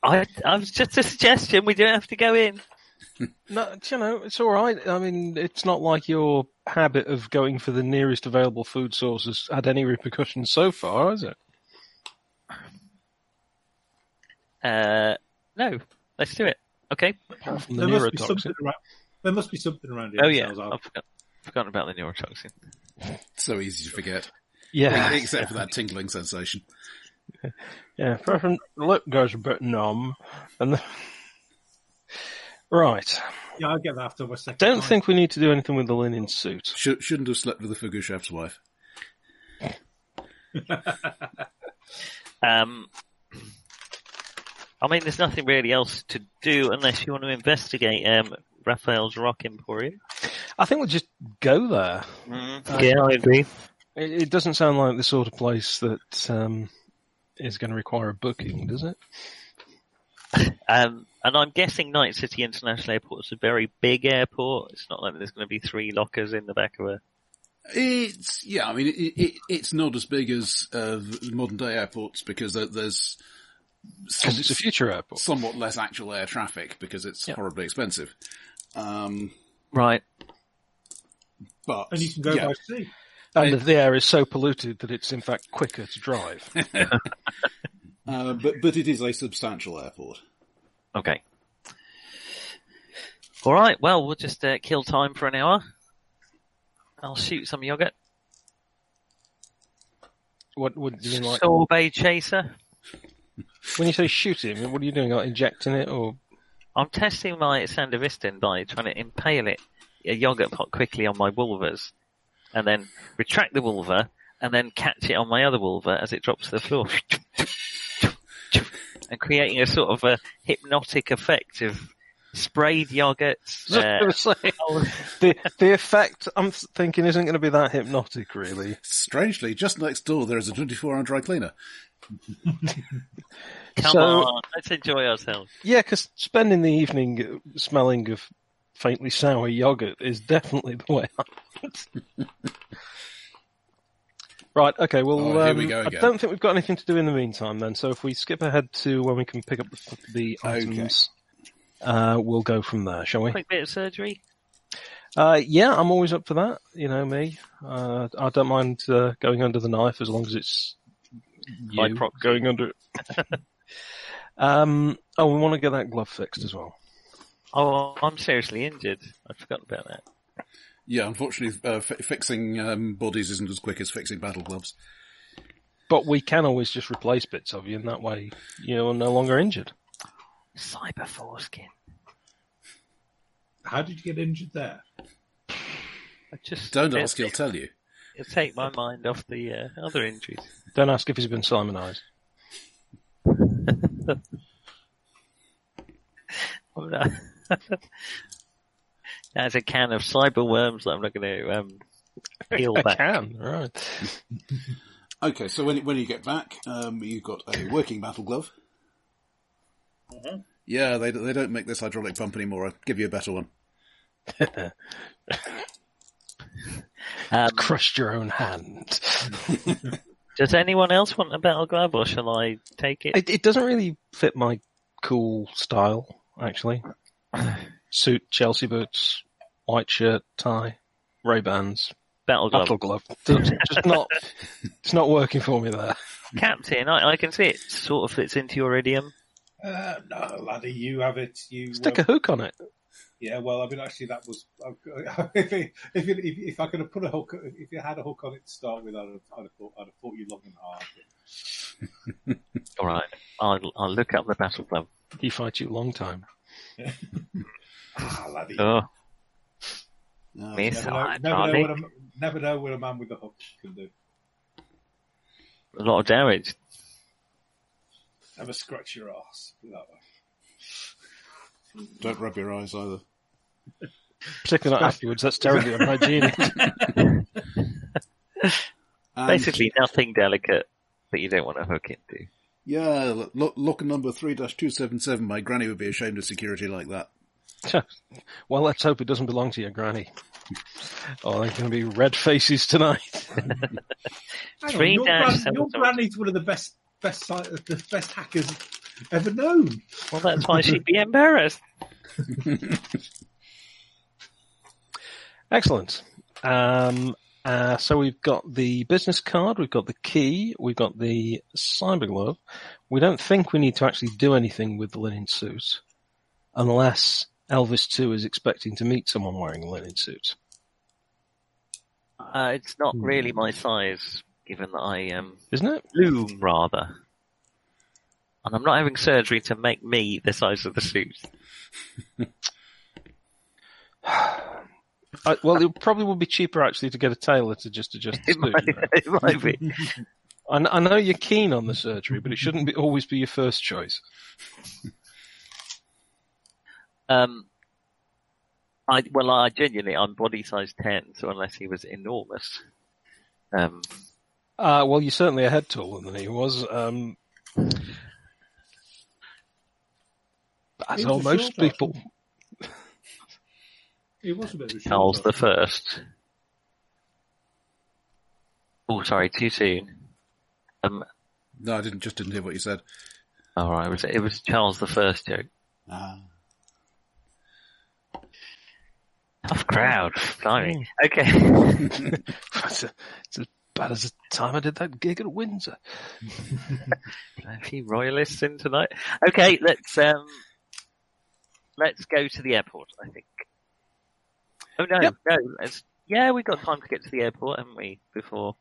I I was just a suggestion. We don't have to go in.
No, do you know, it's all right. I mean, it's not like your habit of going for the nearest available food source has had any repercussions so far, has it?
Uh, no, let's do it. Okay.
Apart from the
There must, be
neurotoxin.
something around, there must be something around here.
Oh
that
yeah,
sells alcohol.
I've forgot, forgotten about the neurotoxin.
So easy to forget.
Yeah,
Except for that tingling sensation.
yeah. First, one, the lip goes a bit numb, and the... right.
Yeah, I'll get that after my second.
Don't
pint.
think we need to do anything with the linen suit.
Should, shouldn't have slept with the Fugu chef's wife.
Um, I mean, there's nothing really else to do unless you want to investigate um, Raphael's Rock Emporium.
I think we'll just go there.
yeah, I agree.
It, it doesn't sound like the sort of place that um, is going to require a booking, does it?
Um, and I'm guessing Night City International Airport is a very big airport. It's not like there's going to be three lockers in the back of a.
It's yeah, I mean, it, it, it's not as big as uh, modern day airports because there- there's some,
Because it's a future airport.
somewhat less actual air traffic because it's
Yeah.
horribly expensive. Um,
Right.
but
And you can go
yeah,
by sea.
And the air is so polluted that it's in fact quicker to drive.
uh, but but it is a substantial airport.
Okay. All right. Well, we'll just uh, kill time for an hour. I'll shoot some yogurt.
What, what do you mean, like,
Sorbet chaser.
when you say shoot him, what are you doing? Like injecting it or?
I'm testing my sandavistin by trying to impale it, a yogurt pot quickly on my wolvers, and then retract the wolver, and then catch it on my other wolver as it drops to the floor. and creating a sort of a hypnotic effect of sprayed yogurts.
I
Uh,
was gonna say, the, the effect I'm thinking isn't going to be that hypnotic, really.
Strangely, just next door there is a 24-hour dry cleaner.
come
So-
on, let's enjoy ourselves.
Yeah, because spending the evening smelling of faintly sour yogurt is definitely the way out. right, okay, well,
Oh, here we
um,
go
I
again.
don't think we've got anything to do in the meantime then, so if we skip ahead to when we can pick up the, the
Okay.
items, uh, we'll go from there, shall we?
Quick bit of surgery.
Uh, yeah, I'm always up for that, you know me. Uh, I don't mind uh, going under the knife as long as it's
By
you
proxy.
going under it. um, oh, we want to get that glove fixed as well.
Oh, I'm seriously injured. I forgot about that.
Yeah, unfortunately, uh, f- fixing um, bodies isn't as quick as fixing battle gloves.
But we can always just replace bits of you, and that way you're no longer injured.
Cyber foreskin.
How did you get injured there?
I just
Don't ask, he'll tell you.
It'll take my mind off the uh, other injuries.
Don't ask if he's been simonized.
I'm not- uh, That's a can of cyber worms that I'm not going to um, peel
I
back.
can, right?
Okay, so when when you get back, um, you've got a working battle glove. Mm-hmm. Yeah, they they don't make this hydraulic pump anymore. I'll give you a better one.
Um,
Crushed your own hand.
does anyone else want a battle glove, or shall I take it?
It, it doesn't really fit my cool style, actually. Suit, Chelsea boots, white shirt, tie, Ray Bans,
Battle glove,
battle glove. Just just not, it's not working for me there.
Captain. I, I can see it sort of fits into your idiom.
Uh, no, laddie, you have it. You
Stick
uh,
a hook on it.
yeah. Well, I mean, actually, that was if it, if, it, if if I could have put a hook if it had a hook on it to start with, I'd have, I'd have thought I'd have thought you long and hard.
All right, I'll I'll look up the battle glove.
He fights you long time.
Ah, laddie,
Oh,
Uh,
miss,
never, know,
I-
never, know
darling.
what a, m- never know what a man with a hook can do.
a lot of damage.
Never scratch your ass. Put it that way.
Don't rub your eyes either.
Particularly not afterwards. That's terribly unhygienic.
And,
Basically, nothing delicate that you don't want to hook into.
yeah, lo- lo- locker number three two seven seven. My granny would be ashamed of security like that.
Well, let's hope it doesn't belong to your granny. Oh, they're going to be red faces tonight.
Hang
Three
your,
dash
gran-
seven
your
seven.
granny's one of the best best si- the best hackers ever known.
Well, that's why she'd be embarrassed.
Excellent. Um, uh, so we've got the business card, we've got the key, we've got the cyber glove. We don't think we need to actually do anything with the linen suit, unless Elvis Two is expecting to meet someone wearing a linen suit.
Uh, it's not
Hmm.
really my size, given that I um,
Isn't it?
loom rather. And I'm not having surgery to make me the size of the suit.
I, well, it probably would be cheaper actually to get a tailor to just adjust the
It might,
suit.
it might be.
I, kn- I know you're keen on the surgery, but it shouldn't be, always be your first choice.
Um, I well, I genuinely, I'm body size ten, so unless he was enormous, um,
Uh, well, you're certainly a head taller than he was. Um, as
He was
are
a
most
shorter.
people.
It was a bit of a short
Charles the
one.
First. Oh, sorry, too soon. Um,
No, I didn't. Just didn't hear what you said.
all right, it was, it was Charles the First joke.
Ah.
Tough crowd, blimey. Okay.
It's, a, it's as bad as the time I did that gig at Windsor.
A few royalists in tonight. Okay, let's um, let's go to the airport. I think. Oh no,
Yep.
no. Let's, yeah, we got time to get to the airport, haven't we? Before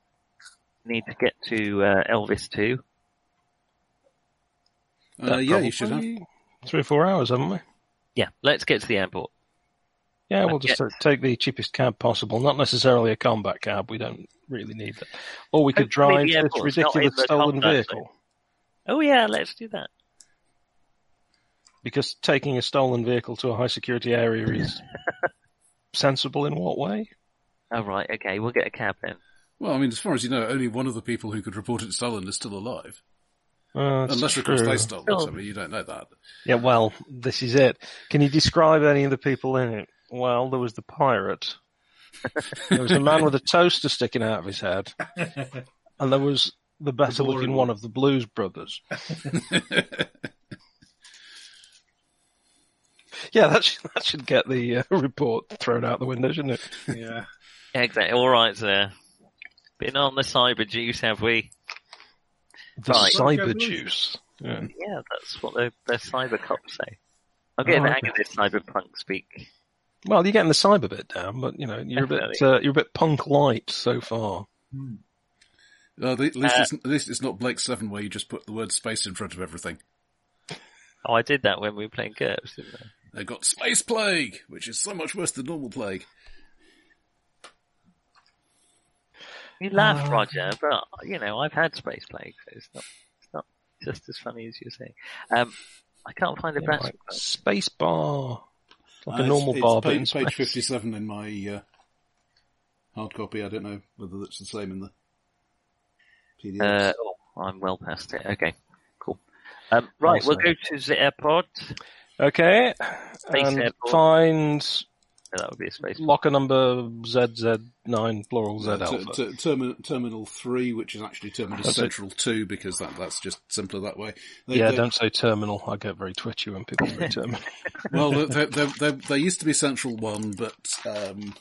we need to get to uh, Elvis too.
Uh, yeah, you should have.
Probably Three or four hours, haven't we?
Yeah, let's get to the airport.
Yeah, we'll
Uh,
Okay.
just ta- take the cheapest cab possible. Not necessarily a combat cab. We don't really need that. Or we could
Hopefully the
drive this
airport's not
ridiculous
in the
stolen
combat
vehicle.
Oh yeah, let's do that.
Because taking a stolen vehicle to a high security area is sensible in what way?
All right, okay, we'll get a cab then.
Well, I mean, as far as you know, only one of the people who could report it stolen is still alive.
Uh, that's
Unless, of course,
true.
they stole it.
Oh.
I mean, you don't know that.
Yeah, well, this is it. Can you describe any of the people in it? Well, there was the pirate. there was a man with a toaster sticking out of his head. And there was the better
boring
looking
one.
one of the Blues Brothers. yeah, that should, that should get the uh, report thrown out the window, shouldn't it?
Yeah.
Exactly. All right, there. Been on the cyber juice, have we?
The
Right.
Cyber Juice. Yeah.
Yeah, that's what the, the cyber cops say. I'm getting
Oh,
the hang
okay.
of this cyberpunk speak.
Well, you're getting the cyber bit down, but you know you're a bit uh, you're a bit punk light so far.
No, at least,
Uh,
it's, at least it's not Blake Seven where you just put the word space in front of everything.
Oh, I did that when we were playing GURPS, didn't I?
They got space plague, which is so much worse than normal plague.
You laugh, Roger, but you know I've had space plague, so it's not it's not just as funny as you're saying. Um, I can't find a
Yeah,
brass.
like space bar, It's like
Uh,
a
it's-
normal
it's,
bar, but in
page, page
space.
fifty-seven in my uh, hard copy. I don't know whether that's the same in the PDF.
Uh, oh, I'm well past it. Okay, cool. Um, right, we'll go
Also-
to the airport.
Okay, and
airport.
find
Yeah, that would be a space.
locker number ZZ9 plural Z
Uh, ter-
alpha.
ter- termi- terminal three, which is actually terminal
That's it.
central two, because that that's just simpler that way. They-
yeah,
they-
don't say terminal. I get very twitchy when people say terminal.
Well, they, they, they, they used to be central one, but um,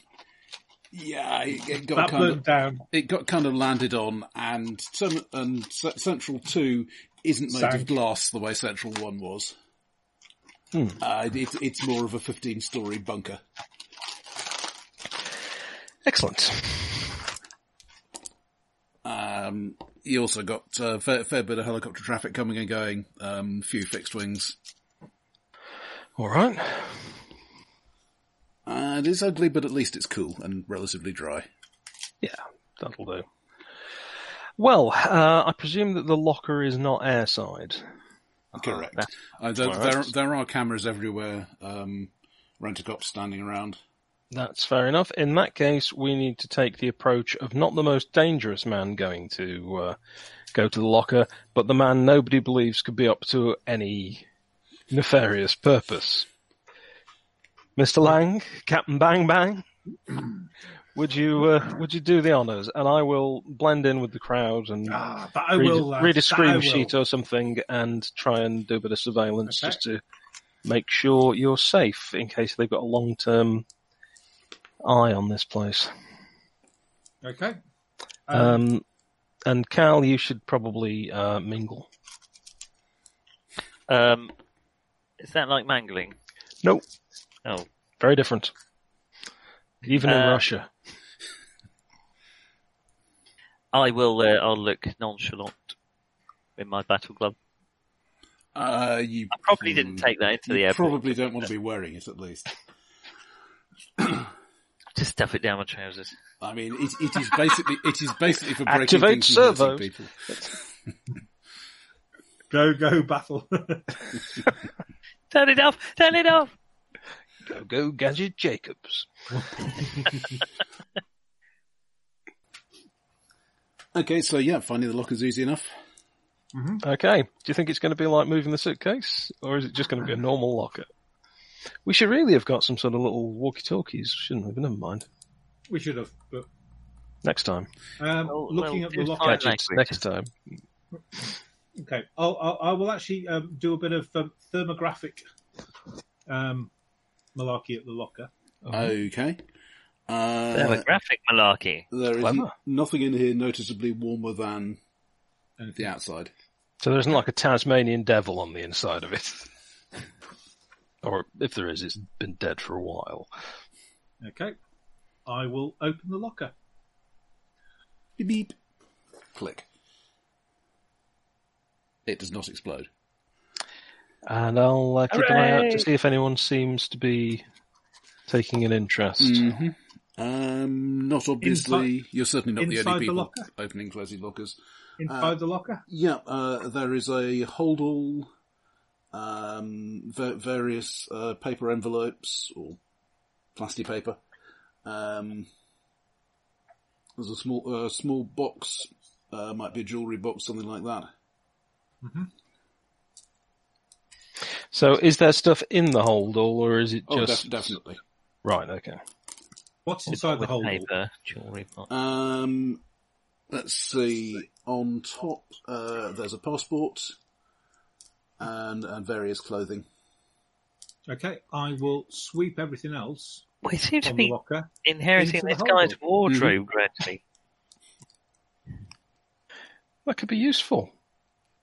yeah, it, it got
That
kind of
burnt down.
it got kind of landed on, and some, and C- Central Two isn't made of
Sank.
glass the way Central One was. Uh, it, it's more of a fifteen-story bunker.
Excellent.
Um, you also got uh, fair, fair bit of helicopter traffic coming and going, um, few fixed wings,
All right.
and it's ugly, but at least it's cool and relatively dry.
Yeah, that'll do. Well, uh, I presume that the locker is not airside.
Correct.
that's-
Uh, there,
Alright.
there, there are cameras everywhere. Um, rent a cop standing around.
That's fair enough. In that case, we need to take the approach of not the most dangerous man going to uh, go to the locker, but the man nobody believes could be up to any nefarious purpose. Mr. Lang, Captain Bang Bang, would you uh, would you do the honours? And I will blend in with the crowd and
Ah, that I
read,
will. lads,
read a
that I
screen
will.
sheet or something and try and do a bit of surveillance
Okay.
just to make sure you're safe in case they've got a long term eye on this place.
Okay. Um,
Uh,
Um, and Cal, you should probably uh, mingle.
Um, is that like mangling?
Nope,
Oh,
very different. Even in
Uh,
Russia.
I will. Uh, I'll look nonchalant in my battle glove.
Uh, you
I probably didn't take that into
you
the airport.
Probably don't want to be wearing it at least.
to stuff it down my trousers.
I mean, it, it is basically it is basically for breaking
Activate
things and hurting
servos.
people.
Go, go, battle.
Turn it off! Turn it off!
Go, go, Gadget Jacobs.
Okay, so yeah, finding the locker is easy enough.
Okay. Do you think it's going to be like moving the suitcase, or is it just going to be a normal locker? We should really have got some sort of little walkie-talkies, shouldn't we? But never mind.
we should have. But
Next time.
um,
Well,
looking
well,
at the
it's
locker.
fine.
Gadgets.
language.
Next time.
Okay, I'll, I'll, I will actually um, do a bit of um, thermographic um, malarkey at the locker.
Okay. Uh,
Demographic malarkey.
there is
Clever.
nothing in here noticeably warmer than
Anything?
the outside.
So there isn't like a Tasmanian devil on the inside of it. Or if there is, it's been dead for a while.
Okay, I will open the locker.
Beep, beep. Click. It does not explode.
And I'll uh, keep an eye out
Hooray!
to see if anyone seems to be taking an interest.
Mm. Um, not obviously. You're certainly not the
Mm-hmm. inside
only
the
people
locker?
opening and closing lockers.
Inside the locker,
Yeah, uh, there is a hold all, um, va- various uh, paper envelopes or plastic paper. Um, there's a small uh, small box, uh, might be a jewellery box, something like that.
So is there stuff in the hold all, or is it
Oh,
just.
def- definitely.
Right, okay.
what's inside the
With
hole?
paper, jewellery box.
Um, let's see. On top, uh, there's a passport and, and various clothing.
Okay, I will sweep everything else
We seem to
from the
be
locker.
inheriting
into the
this guy's
hole.
wardrobe gradually.
That could be useful.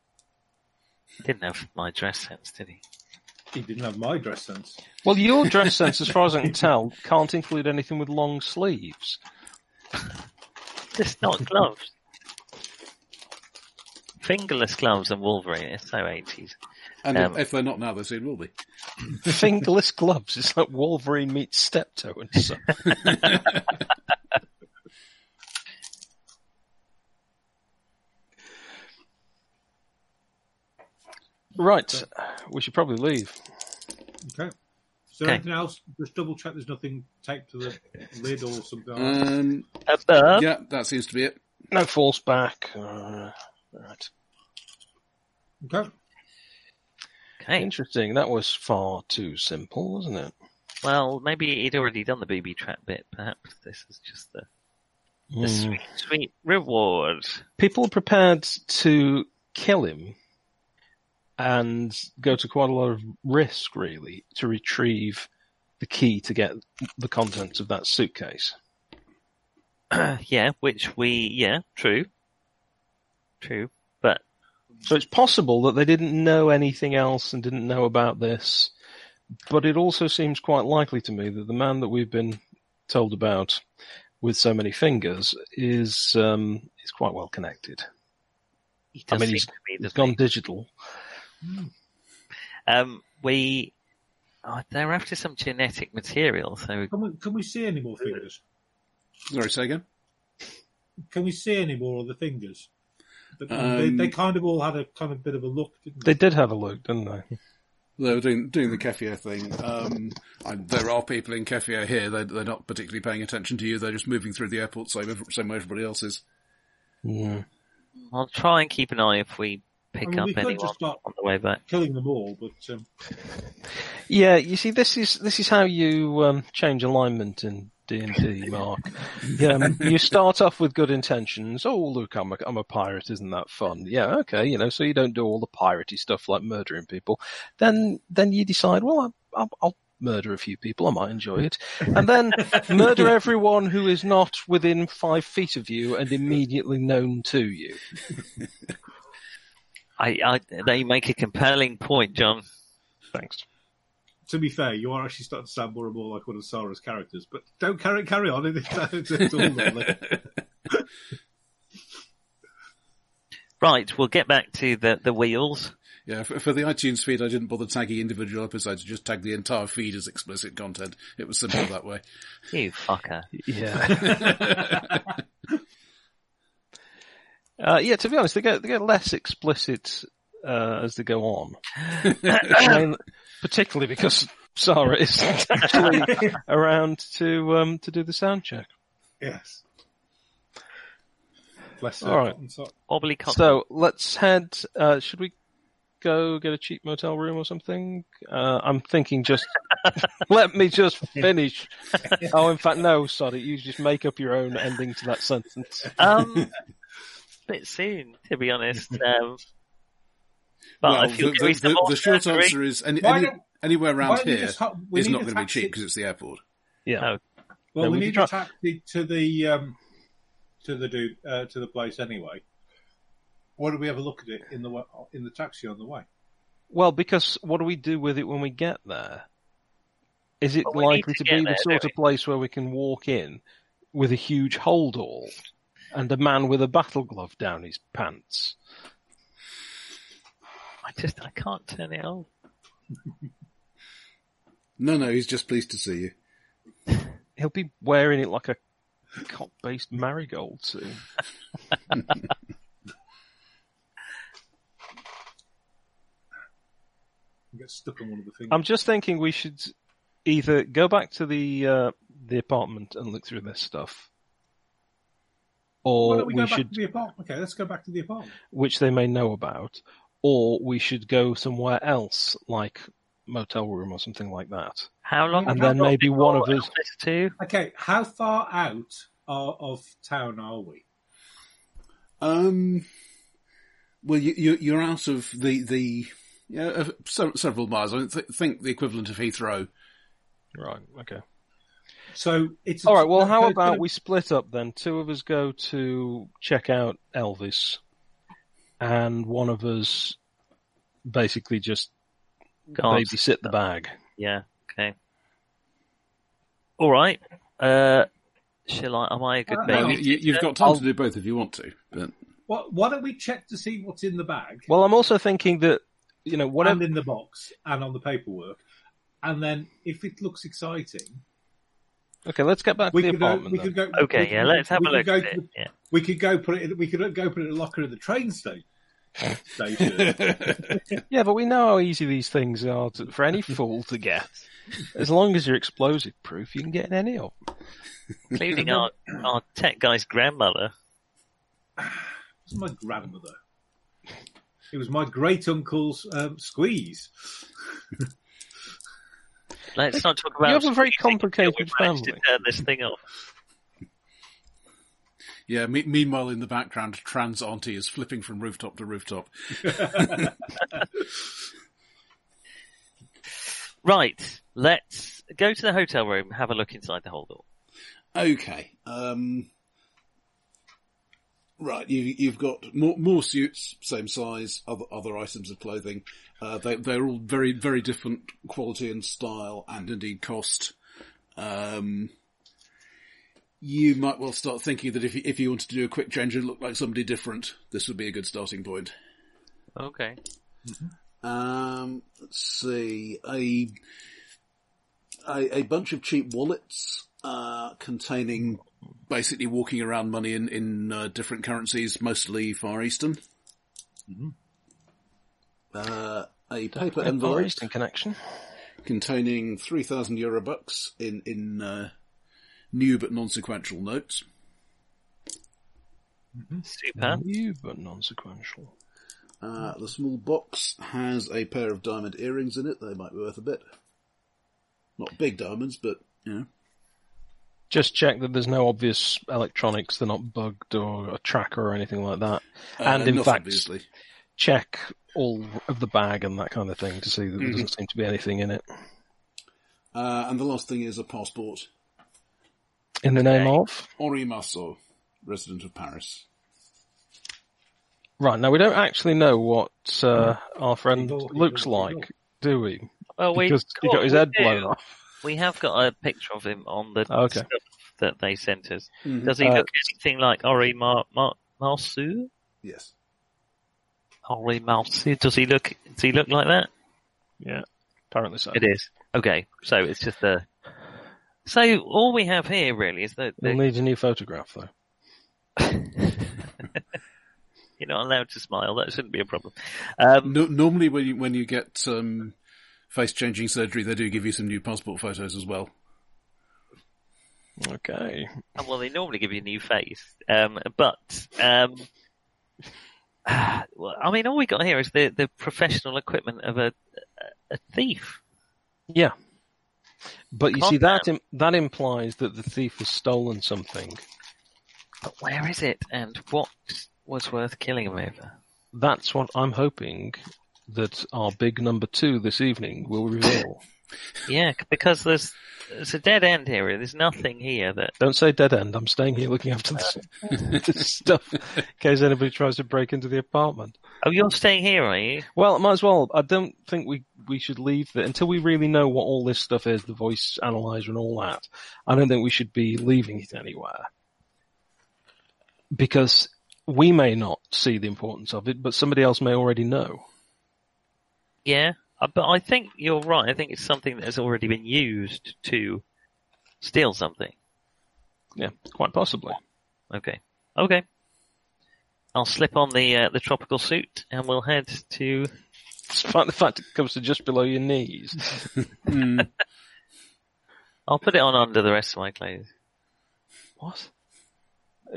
Didn't have my dress sense, did he?
He didn't have my dress sense.
Well, your dress sense, as far as I can tell, can't include anything with long sleeves.
Just not gloves. Fingerless gloves and Wolverine. It's so 80s.
And
Um,
if they're not now, they soon will be.
Fingerless gloves. It's like Wolverine meets Steptoe and so. right. We should probably leave.
Okay. Is there
Okay.
anything else? Just double check there's nothing taped to the lid or something. like that.
Um,
Above.
yeah, that seems to be it.
No false back. Uh, right.
Okay.
Okay.
Interesting. That was far too simple, wasn't it?
Well, maybe he'd already done the BB trap bit. Perhaps this is just the, the
Mm.
sweet, sweet reward.
people are prepared to kill him and go to quite a lot of risk, really, to retrieve the key to get the contents of that suitcase.
yeah, which we, yeah, true. True. But
So it's possible that they didn't know anything else and didn't know about this, but it also seems quite likely to me that the man that we've been told about with so many fingers is um, is quite well connected.
he
I
does
mean,
seem
he's-
to be,
He's
doesn't
gone digital.
he? Um, we, oh, they're after some genetic material, so
Can we, can we see any more fingers?
Sorry, say again.
Can we see any more of the fingers? But they,
Um,
they kind of all had a kind of bit of a look, didn't
They
they?
did have a look, didn't they?
They were doing doing the kefir thing. Um, and there are people in kefir here. They're, they're not particularly paying attention to you. They're just moving through the airport same ev- same way everybody else is.
Yeah.
I'll try and keep an eye if we pick
I mean,
up
we could
anyone
just not-
on the way back.
Killing them all, but um,
Yeah, you see, this is this is how you um, change alignment in D and D, Mark. um, you start off with good intentions. Oh, look, I'm a, I'm a pirate. Isn't that fun? Yeah, okay, you know. So you don't do all the piratey stuff like murdering people. Then then you decide, well, I, I, I'll murder a few people. I might enjoy it, and then murder everyone who is not within five feet of you and immediately known to you.
I, I, they make a compelling point, John.
Thanks.
to be fair, you are actually starting to sound more and more like one of Sarah's characters. But don't carry carry on. It's, it's, it's all lovely.
Right, we'll get back to the, the wheels.
Yeah, for, for the iTunes feed, I didn't bother tagging individual episodes. I just tagged the entire feed as explicit content. It was simple that way.
You fucker.
Yeah. uh, yeah, to be honest, they get they get less explicit uh, as they go on. I mean, particularly because Sarah is actually around to um, to do the sound check.
Yes. Bless her.
All right.
cotton sock.
Wobbly cock.
So let's head. Uh, should we go get a cheap motel room or something? Uh, I'm thinking just let me just finish. oh, in fact, no, sorry, you just make up your own ending to that sentence.
um, bit soon, to be honest. Um, but
well,
if you
the,
give
the,
me some
the,
more
the short
surgery-
answer is any,
Why
any,
don't-
anywhere
why
around
don't you
here
just help- we
is
need
not
a
going to be
taxi.
cheap because it's the airport.
Yeah.
No.
Well,
No,
we
we
need
could
to taxi to the um, to the dude uh, to the place anyway. Why do we have a look at it in the wa- in the taxi on the way?
Well, because what do we do with it when we get there? Is it
Well, we need
likely
to
to,
get
be
there,
the sort
don't
of place where we can walk in with a huge hold all and a man with a battle glove down his pants?
I just I can't turn it on.
No, no, he's just pleased to see you.
He'll be wearing it like a cop based marigold soon.
And get stuck on one of the things.
I'm just thinking we should either go back to the uh, the apartment and look through this stuff.
Why
Or
don't
we
we, go back
should
to the apartment? Okay, let's go back to the apartment.
which they may know about, or we should go somewhere else, like motel room or something like that.
How long?
And
have
then
I got
maybe one of
before
us-
Elvis Two.
Okay, how far out are, of town are we?
Um, well, you, you, you're out of the the yeah, uh, se- several miles. I th- think the equivalent of Heathrow.
Right. Okay.
So it's uh,
All right. Well,
so
how
it's gonna-
about we split up then? Two of us go to check out Elvis, and one of us basically just
God.
babysit the bag.
Yeah. Okay. All right. Uh, shall I? Am I a good
Uh,
Well,
baby?
Maybe.
you, you've got time to do both if you want to, but
What, why don't we check to see what's in the bag
Well, I'm also thinking that you know
and
whatever.
in the box and on the paperwork, and then if it looks exciting,
Okay, let's get back to
we
the
could, uh,
apartment.
we
then.
could go. we
Okay.
could-
Yeah. Let's have
we
a
could
look
go
at
to
it.
the-
Yeah.
We could go put it. We could go put it in the locker at the train sta- station.
Yeah, but we know how easy these things are to, for any fool to get. As long as you're explosive proof, you can get in any of. 'em.
Including our our tech guy's grandmother.
It's my grandmother. It was my great uncle's um, squeeze.
Let's not talk about.
you have a very
squeezing until
complicated
we manage
family.
To turn this thing off.
yeah. Me- meanwhile, in the background, trans auntie is flipping from rooftop to rooftop.
Right. Let's go to the hotel room. Have a look inside the hold door.
Okay. Um, right. You, you've got more, more suits, same size, other, other items of clothing. Uh, they, they're all very, very different quality and style and indeed cost. Um, you might well start thinking that if you, if you wanted to do a quick change and look like somebody different, this would be a good starting point.
Okay.
Um, let's see, a, a a bunch of cheap wallets uh, containing basically walking around money in in uh, different currencies, mostly Far Eastern. Uh, a paper
Far
envelope
Eastern connection.
containing three thousand euro bucks in in uh, new but non-sequential notes.
Super.
New but non-sequential.
Uh, the small box has a pair of diamond earrings in it. They might be worth a bit. Not big diamonds, but you know.
Just check that there's no obvious electronics. They're not bugged or a tracker or anything like that. and
uh,
in
enough,
fact,
obviously.
check all of the bag and that kind of thing to see that
Mm-hmm.
there doesn't seem to be anything in it.
Uh, and the last thing is a passport.
In the name of.
Henri Marceau, resident of Paris.
Right now, we don't actually know what uh,
Mm.
our friend
Igor,
looks
Igor, Igor.
like, do we?
Well, we
Because he got his
we
head
do.
blown off.
We have got a picture of him on the
Okay.
stuff that they sent us. Does he
Uh,
look anything like Ori Mar- Mar- Marsu?
Yes.
Henri Malcy. Does he look? Does he look like that?
Yeah, apparently so.
It is. Okay, so it's just the. So all we have here really is that
We'll need a new photograph though.
you're not allowed to smile. That shouldn't be a problem. Um,
No, normally, when you when you get um, face changing surgery, they do give you some new passport photos as well.
Okay.
well, they normally give you a new face, um, but um, well, I mean, all we got here is the, the professional equipment of a a thief.
Yeah. But you
Calm
see that Im- that implies that the thief has stolen something.
But where is it, and what was worth killing him over?
That's what I'm hoping that our big number two this evening will reveal.
Yeah, c- because there's it's a dead end here. There's nothing here that
Don't say dead end. I'm staying here looking after this, this stuff in case anybody tries to break into the apartment.
Oh, you're staying here, are you?
Well, might as well. I don't think we, we should leave the, until we really know what all this stuff is, the voice analyzer and all that. I don't think we should be leaving it anywhere. Because we may not see the importance of it, but somebody else may already know.
Yeah, Uh, but I think you're right. I think it's something that has already been used to steal something.
Yeah, quite possibly.
Okay, okay. I'll slip on the uh, the tropical suit and we'll head to.
Despite the fact it comes to just below your knees.
I'll put it on under the rest of my clothes.
What?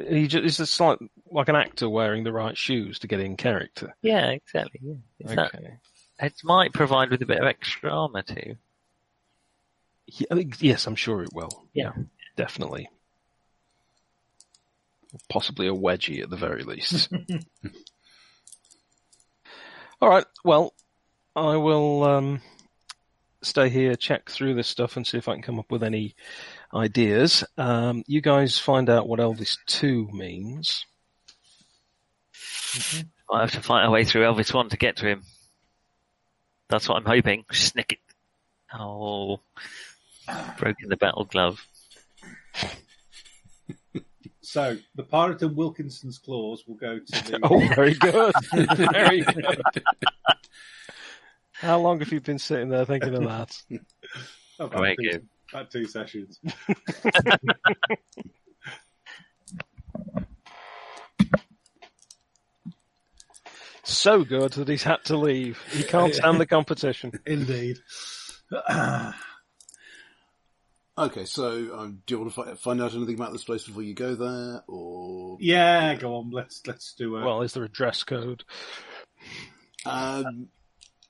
He just, it's just like, like an actor wearing the right shoes to get in character.
Yeah, exactly. Yeah. It's that-
Okay.
it might provide with a bit of extra armor too.
Yeah, I think- yes, I'm sure it will.
Yeah.
definitely. Possibly a wedgie at the very least. All right. Well, I will um, stay here, check through this stuff, and see if I can come up with any ideas. Um, you guys find out what Elvis Two means.
I have to fight our way through Elvis One to get to him. That's what I'm hoping. Snick it. Oh, broken the battle glove.
So the pirate and Wilkinson's claws will go to the.
Oh, very good. very good. How long have you been sitting there thinking of that?
about
Very
oh, two-
good.
About two sessions.
So good that he's had to leave. He can't stand the competition.
Indeed.
Okay, so um, do you want to fi- find out anything about this place before you go there, or
Yeah, go on. Let's let's do a
Well, is there a dress code?
um,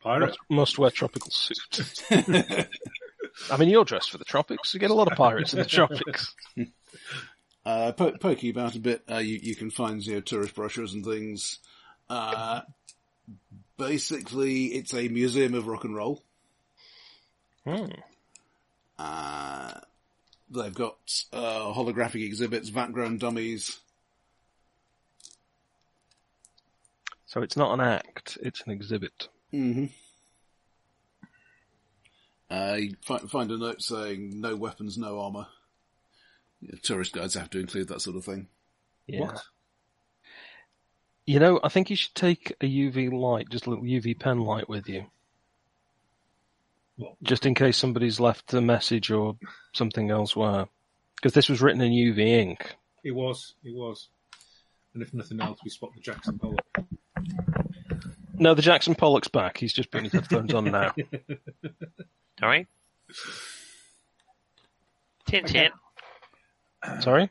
pirate.
Must, must wear tropical suit. I mean, you're dressed for the tropics. You get a lot of pirates in the tropics.
uh, po- poking about a bit, uh, you, you can find you know, tourist brochures and things. Uh, basically, it's a museum of rock and roll.
Hmm.
Uh, they've got uh, holographic exhibits, background dummies.
So it's not an act; it's an exhibit.
Mm-hmm. Uh, you fi- find a note saying "no weapons, no armor." Yeah, tourist guides have to include that sort of thing.
Yeah. You know, I think you should take a UV light, just a little UV pen light, with you, just in case somebody's left a message or something elsewhere. Because this was written in UV ink.
It was. It was. And if nothing else, we spot the Jackson Pollock.
No, the Jackson Pollock's back. He's just putting his headphones on now.
Sorry. Tin tin.
Sorry.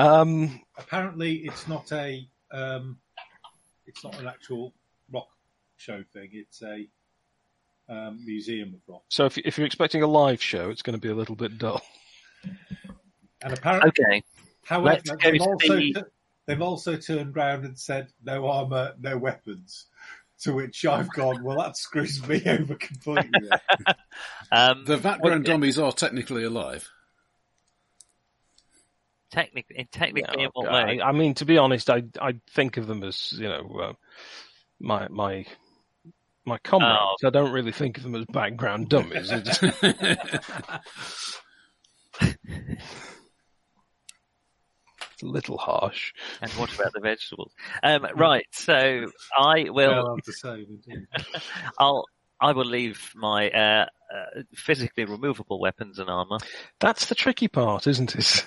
Um,
Apparently, it's not a. Um, it's not an actual rock show thing. It's a um, museum of rock.
So if, if you're expecting a live show, it's going to be a little bit dull.
And apparently,
Okay.
however,
let's go
they've also,
see-
they've also turned round and said no armor, no weapons. To which I've gone. Well, that screws me over completely. then."
Um,
The background
okay.
dummies are technically alive.
Technically, in technically, in what
I,
way?
I mean, to be honest, I I think of them as you know uh, my my my comrades.
Oh.
I don't really think of them as background dummies. I just- a little harsh.
And what about the vegetables?
Mm.
Um, right, so I
Well,
will.
to say, we do.
um,
I'll. I will leave my uh, uh, physically removable weapons and armor.
That's the tricky part, isn't it?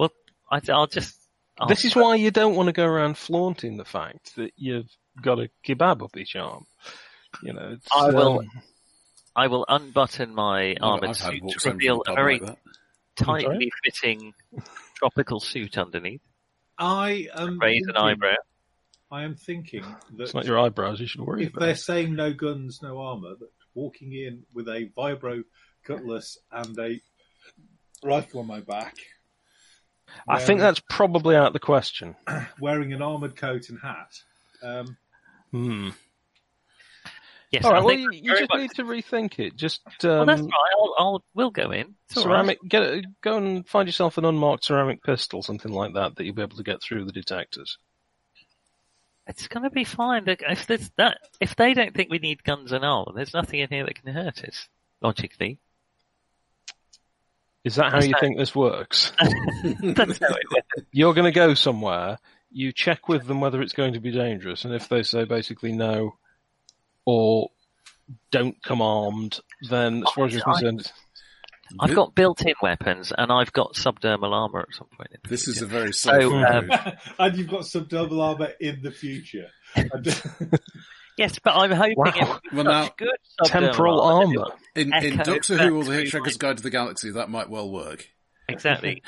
Well, I, will just. I'll-
This is why you don't want to go around flaunting the fact that you've got a kebab up each arm. You know, it's,
I will-
um,
I will unbutton my armored
I've had
suit
walks
to
home from
reveal
the
a
pub
very
like that.
sorry?
tightly fitting tropical suit underneath.
I am
Raise an
Mm-hmm.
thinking-
eyebrow.
I am thinking that
it's not your eyebrows you should worry
if they're
about.
saying no guns, no armor, that walking in with a vibro cutlass and a rifle on my back,
I think that's probably out of the question.
wearing an armored coat and hat, um,
Hmm.
Yes,
All right,
I
well,
think
you, you
very
just
much-
need to rethink it. Just
Well,
um,
that's right. I'll, I'll we'll go in. It's all right.
ceramic. Get a, go and find yourself an unmarked ceramic pistol, something like that, that you'll be able to get through the detectors.
It's going to be fine. Look, If there's that, if they don't think we need guns and armor, there's nothing in here that can hurt us. Logically,
Is that how
Is
you
that-
think this works?
that's how it works.
You're going to go somewhere. You check with them whether it's going to be dangerous, and if they say basically no, or don't come armed, then as far as you're
I-
concerned,
I've got built-in weapons and I've got subdermal armor at some point.
This is a very
So,
subtle
um,
move.
and you've got some double armor in the future. And-
Yes, but I'm hoping
Wow.
it will be
Well,
such
now-
good subdermal
temporal
armor. that it will-
armor.
In, in
Echo
Doctor Who or
back
The
through
Hitchhiker's
my-
Guide to the Galaxy, that might well work.
Exactly.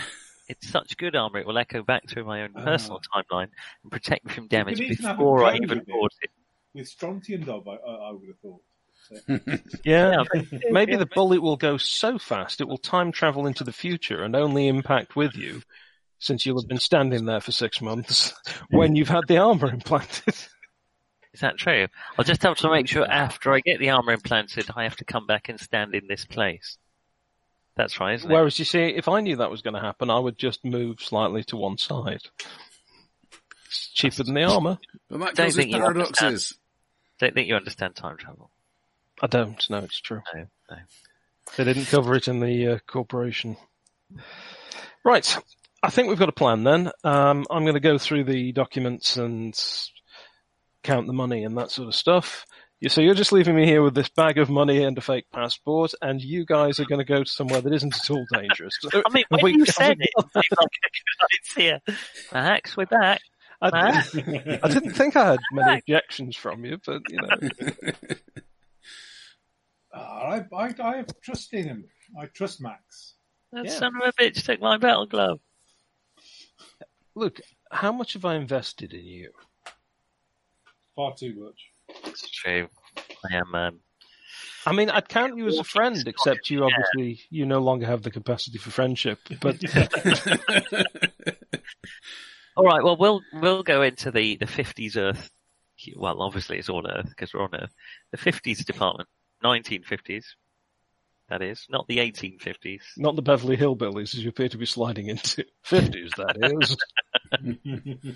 It's such good armor, it will echo back through my own personal timeline and protect me from damage
even have a
before I
go
even
with it.
bought it.
with strontium knob, I, I, I would have thought.
Yeah,
Yeah, but-
maybe the bullet will go so fast it will time travel into the future and only impact with you since you'll have been standing there for six months when you've had the armor implanted.
Is that true? I'll just have to make sure after I get the armor implanted, I have to come back and stand in this place. That's right, isn't
Whereas you see, if I knew that was going to happen, I would just move slightly to one side. It's cheaper than the armor.
But that
Don't
causes
think you
paradoxes.
it? Don't think you understand time travel.
I don't. No, it's true.
No, no.
They didn't cover it in the uh, corporation. Right. I think we've got a plan then. Um, I'm going to go through the documents and count the money and that sort of stuff. Yeah, So you're just leaving me here with this bag of money and a fake passport, and you guys are going to go to somewhere that isn't at all dangerous.
I mean,
Have
when
we-
you
have
said
we
it, it's like a good idea. Max, we're back.
I,
Max,
I
Uh,
didn't think I had many objections from you, but you know,
Ah, I, I, I have trust in him. I trust Max.
that
Yeah.
son of a bitch took my battle glove.
look, how much have I invested in you?
Far too much.
It's true. I am. Um,
I mean, I'd count you as a friend, except you obviously you no longer have the capacity for friendship. But
all right. Well, we'll we'll go into the the fifties Earth. Well, obviously it's all Earth because we're on Earth. The fifties department, nineteen fifties. That is not the eighteen fifties.
not the Beverly Hillbillies, as you appear to be sliding into fifties. That is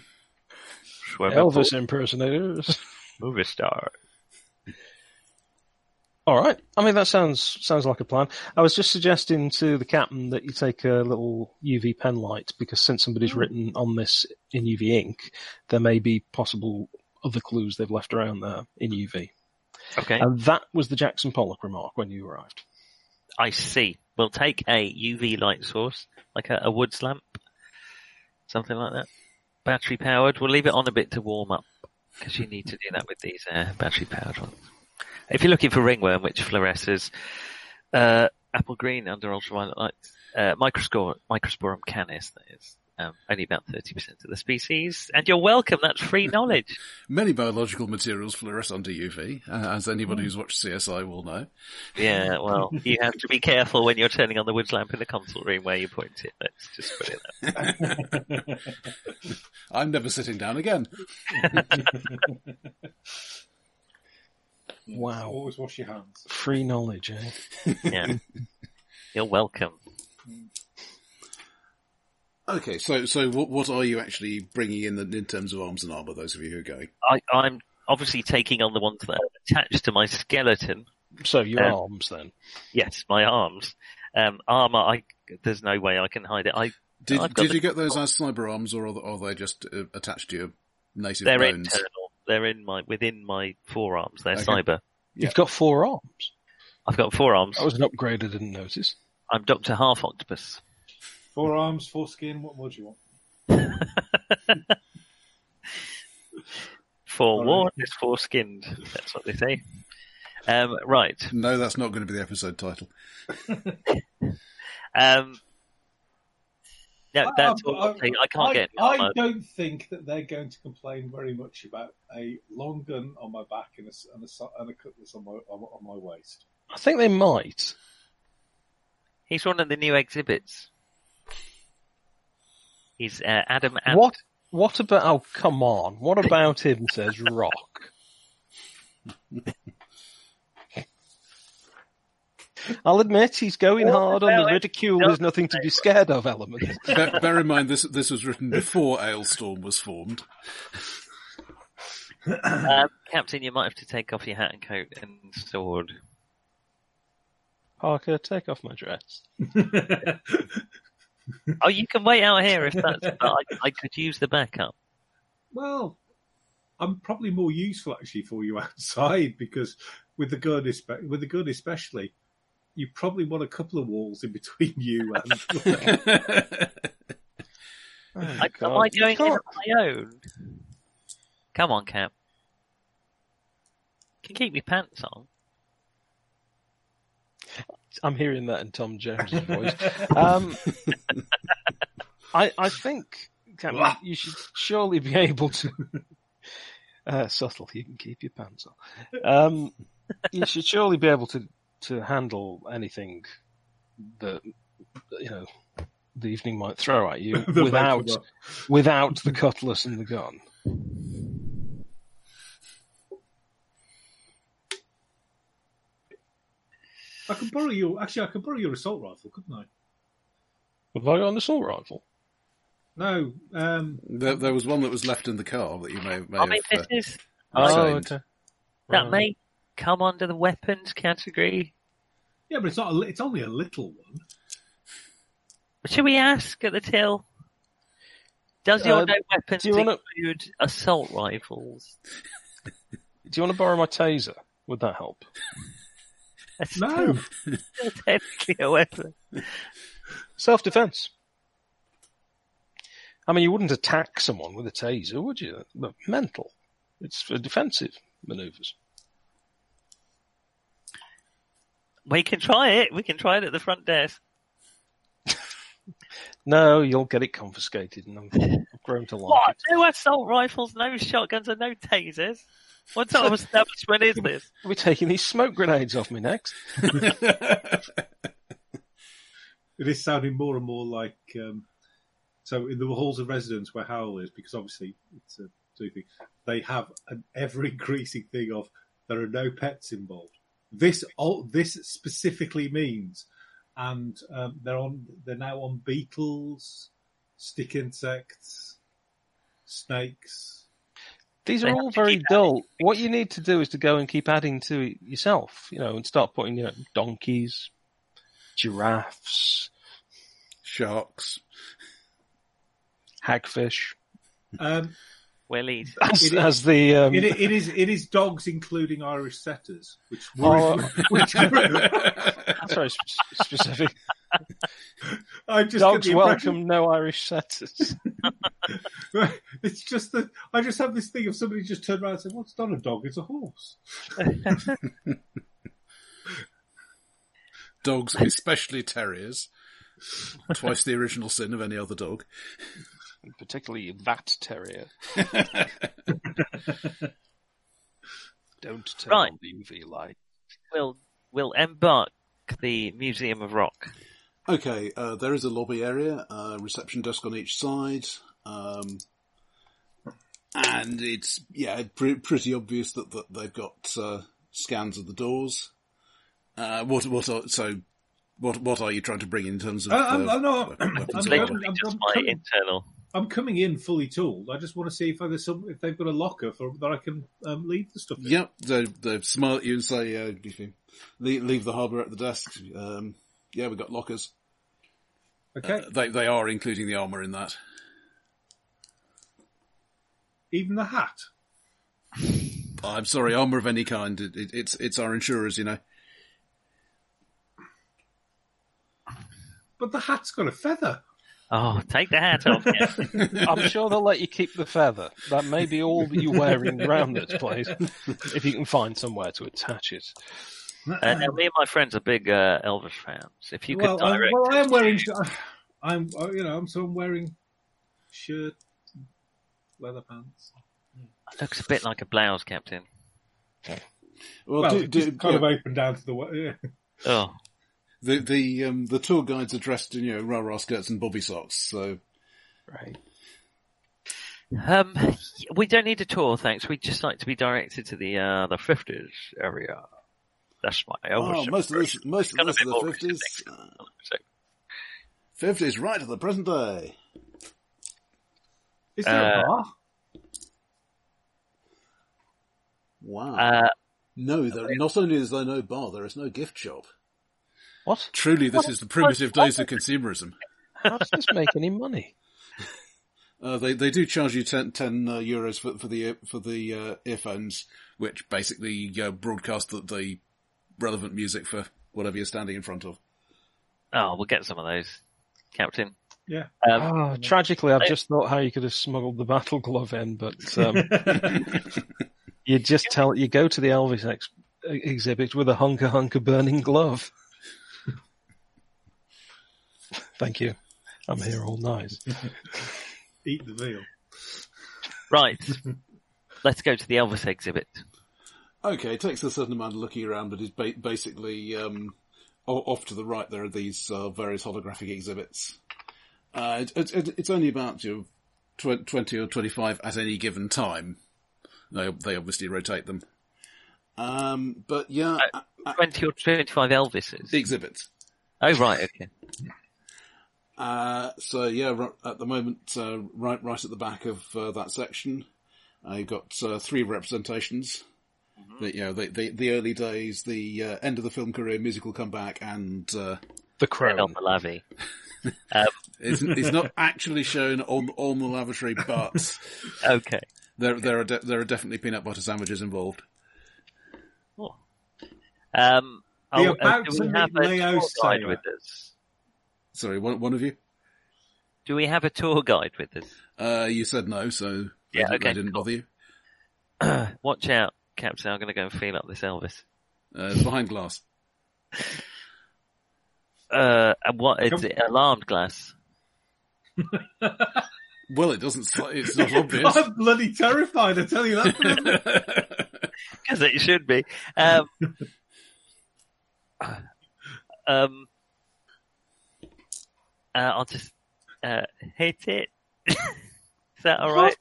Elvis impersonators.
movie star.
All right. I mean, that sounds sounds like a plan. I was just suggesting to the captain that you take a little UV pen light because since somebody's written on this in UV ink, there may be possible other clues they've left around there in UV.
Okay,
And that was the Jackson Pollock remark when you arrived.
I see. We'll take a UV light source, like a, a woods lamp, something like that. Battery powered. We'll leave it on a bit to warm up because you need to do that with these uh, battery powered ones. If you're looking for ringworm, which fluoresces uh, apple green under ultraviolet light, uh, microscorum, microsporum canis, that is. Um, only about 30% of the species. And you're welcome. That's free knowledge.
Many biological materials fluoresce under UV, uh, as
Mm.
anybody who's watched CSI will know.
Yeah, well, you have to be careful when you're turning on the woods lamp in the console room where you point it. Let's just put it that
I'm never sitting down again.
Wow.
Always wash your hands.
Free knowledge, eh?
way. Yeah. You're welcome.
Okay, so so what what are you actually bringing in the, in terms of arms and armor? Those of you who are going,
I, I'm obviously taking on the ones that are attached to my skeleton.
So your
Um,
arms then.
Yes, my arms. Um, armor, I, there's no way I can hide it. I
Did,
I've got
did
the-
you get those as cyber arms, or are, are they just uh, attached to your native
They're
bones?
internal. They're in my within my forearms. They're
Okay.
cyber.
You've got four arms.
I've got forearms.
Oh.
That was an upgrade I didn't notice.
I'm Doctor Half Octopus.
Four arms, foreskin. What more do you want? Oh,
Forewarned is foreskinned. That's what they say. Um, right.
No, that's not going to be the episode title.
Um, no,
I-
that's
I-
all. I'll
I-
take. I can't
I,
get any
I
armor.
don't think that they're going to complain very much about a long gun on my back and a s- and a, s- and a cutlass on my on, on my waist.
I think they might.
He's one of the new exhibits. He's uh, Adam. Ant.
What? What about? Oh, come on! What about him? Says Rock. I'll admit he's going
What
hard on the
about it?
ridicule. There's nothing to be scared of. Element.
bear, bear in mind, this this was written before Ailstorm was formed.
Um, Captain, you might have to take off your hat and coat and sword.
Parker, take off my dress.
Oh, you can wait out here if that's. but I, I could use the backup.
Well, I'm probably more useful actually for you outside because with the gun, espe- with the gun especially, you probably want a couple of walls in between you and.
Oh,
I, am
God.
I
You
going in on
can't-
my own? Come on, Cap. Can keep your pants on.
I'm hearing that in Tom Jones's voice. Um, I, I think Cameron, you should surely be able to. Uh, subtle, you can keep your pants on. Um, you should surely be able to to handle anything that you know the evening might throw at you
the
without
local-
without the cutlass and the gun.
I could borrow your. Actually, I could borrow your assault rifle, couldn't I?
Have I got an assault rifle?
No, um,
There, there was one that was left in the car that you may, may
I
have.
mean,
uh,
this is
Um,
Retained.
that
Right.
may come under the weapons category.
yeah, but it's not. A, li- it's only a little one.
Should we ask at the till? Does your
Uh,
no weapons
do you wanna-
include assault rifles?
Do you want to borrow my taser? Would that help?
That's
No,
still technically a weapon.
Self defense. I mean, you wouldn't attack someone with a taser, would you? But mental. It's for defensive maneuvers.
We can try it. We can try it at the front desk.
No, you'll get it confiscated, and I'm, I've grown to like
What?
it.
No assault rifles, no shotguns, and no tasers. What type of establishment is this?
I'll be taking these smoke grenades off me next.
it is sounding more and more like. Um, so in the halls of residence where Howell is, because obviously it's a two thing, they have an ever increasing thing of there are no pets involved. This all this specifically means, and um, they're on. They're now on beetles, stick insects, snakes.
These
They
are
have
all
to
very
keep
dull. What you need to do is to go and keep adding to it yourself, you know, and start putting, you know, donkeys, giraffes,
Sharks.
hagfish,
Um,
Willie's.
as,
It is-
as the um,
it, it is it is dogs, including Irish setters, which
Oh,
worries me. which,
that's very sp- specific.
I just get
Dogs
the impression-
welcome no Irish setters.
It's just that I just have this thing of somebody just turned around and said, "Well, it's not a dog; it's a horse."
Dogs, especially terriers. Twice the original sin of any other dog.
particularly that terrier. Don't tell
Right.
the UV light.
We'll, we'll embark the Museum of Rock.
Okay, uh, there is a lobby area, uh, reception desk on each side, um, and it's yeah pre- pretty obvious that, that they've got uh, scans of the doors. Uh, what what are, so what what are you trying to bring in terms of?
Uh, I'm-
uh,
I'm not-
weapons
I'm
and
going-
whatever?
Literally
I'm-
just
I'm
my
coming.
internal.
I'm coming in fully tooled. I just want to see if there's some if they've got a locker for that I can um, leave the stuff. in.
Yep, they they smile at you and say, uh, leave, leave the harbour at the desk. Um, yeah, we've got lockers.
Okay.
Uh, they they are including the armour in that.
Even the hat.
I'm sorry, armour of any kind. It, it, it's it's our insurers, you know.
But the hat's got a feather.
Oh, take the hat off. yeah.
I'm sure they'll let you keep the feather. That may be all that you're wearing around this place, if you can find somewhere to attach it.
Uh, now, me and my friends are big uh, Elvis fans. If you could
well, I'm,
direct,
well, I'm wearing. I'm uh, you know I'm so I'm wearing shirt, leather pants.
looks a bit like a blouse, Captain.
Well,
Well,
do,
it's just
do,
kind of
yeah,
open down to the wa- yeah.
Oh,
the the um, the tour guides are dressed in you know rah rah skirts and bobby socks. So
Right.
um, we don't need a tour, thanks. We would just like to be directed to the uh, the fifties area. That's my Elvis.
oh, most of this most of
Got a
this
bit
are
more
the
recent
fifties. uh,
So,
Fifties right to the present day.
Is there
Uh,
a bar?
Wow.
uh,
no, there, not only is there no bar, there is no gift shop.
What?
Truly, this is the primitive days of consumerism.
How does this make any money?
Uh, they they do charge you 10, 10 uh, euros for for the for the uh, earphones, which basically uh, broadcast the, the relevant music for whatever you're standing in front of.
oh, we'll get some of those, Captain.
Yeah.
Um,
Ah, tragically, I've just thought how you could have smuggled the battle glove in, but um, you just tell you go to the Elvis ex- exhibit with a hunker hunker burning glove. Thank you. I'm here all night.
Eat the veal.
right, let's go to the Elvis exhibit.
Okay, it takes a certain amount of looking around, but is ba- basically um, o- off to the right. There are these uh, various holographic exhibits. Uh, it, it, it- it's only about you know, tw- twenty or twenty-five at any given time. They they obviously rotate them. Um, but yeah,
Twenty or twenty-five Elvises.
the exhibits.
Oh, right, okay.
Uh, so yeah, ri- at the moment, uh, right, right at the back of uh, that section, uh, you've got uh, three representations.
Mm-hmm.
The, you know, the, the the early days, the uh, end of the film career, musical comeback, and uh,
The crown.
Elma Lavie.
it's, it's not actually shown on on the lavatory, but
Okay.
there there are de- there are definitely peanut butter sandwiches involved.
Oh. Um,
The
oh, uh,
about
do
to
we have
meet
a
Leo
tour guide
Sayer.
with us?
Sorry, one one of you.
Do we have a tour guide with us?
Uh, you said no, so they
Yeah,
didn't-
okay,
they didn't bother you.
Watch out, Captain. I'm going to go and feel up this Elvis.
Uh, it's behind glass.
Uh, and what? Is
Come-
it alarmed glass?
Well, it doesn't. sli- It's not obvious.
I'm bloody terrified. I tell you that. for them.
Because it should be. Um, um, uh, I'll just uh, hit it. Is that all right?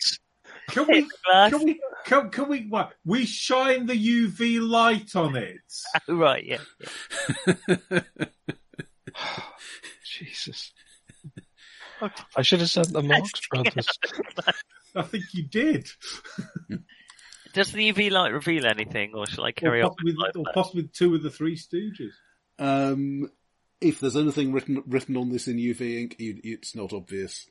Can
Hit
we?
the glass.
Can we? Can, can we? What? We shine the UV light on it.
Right. Yeah.
Jesus. I should have said the Marx Brothers.
I think you did.
Does the UV light reveal anything, or shall I carry on?
or possibly,
with my
or
plan?
possibly two of the three Stooges.
Um, if there's anything written written on this in UV ink, you, it's not obvious.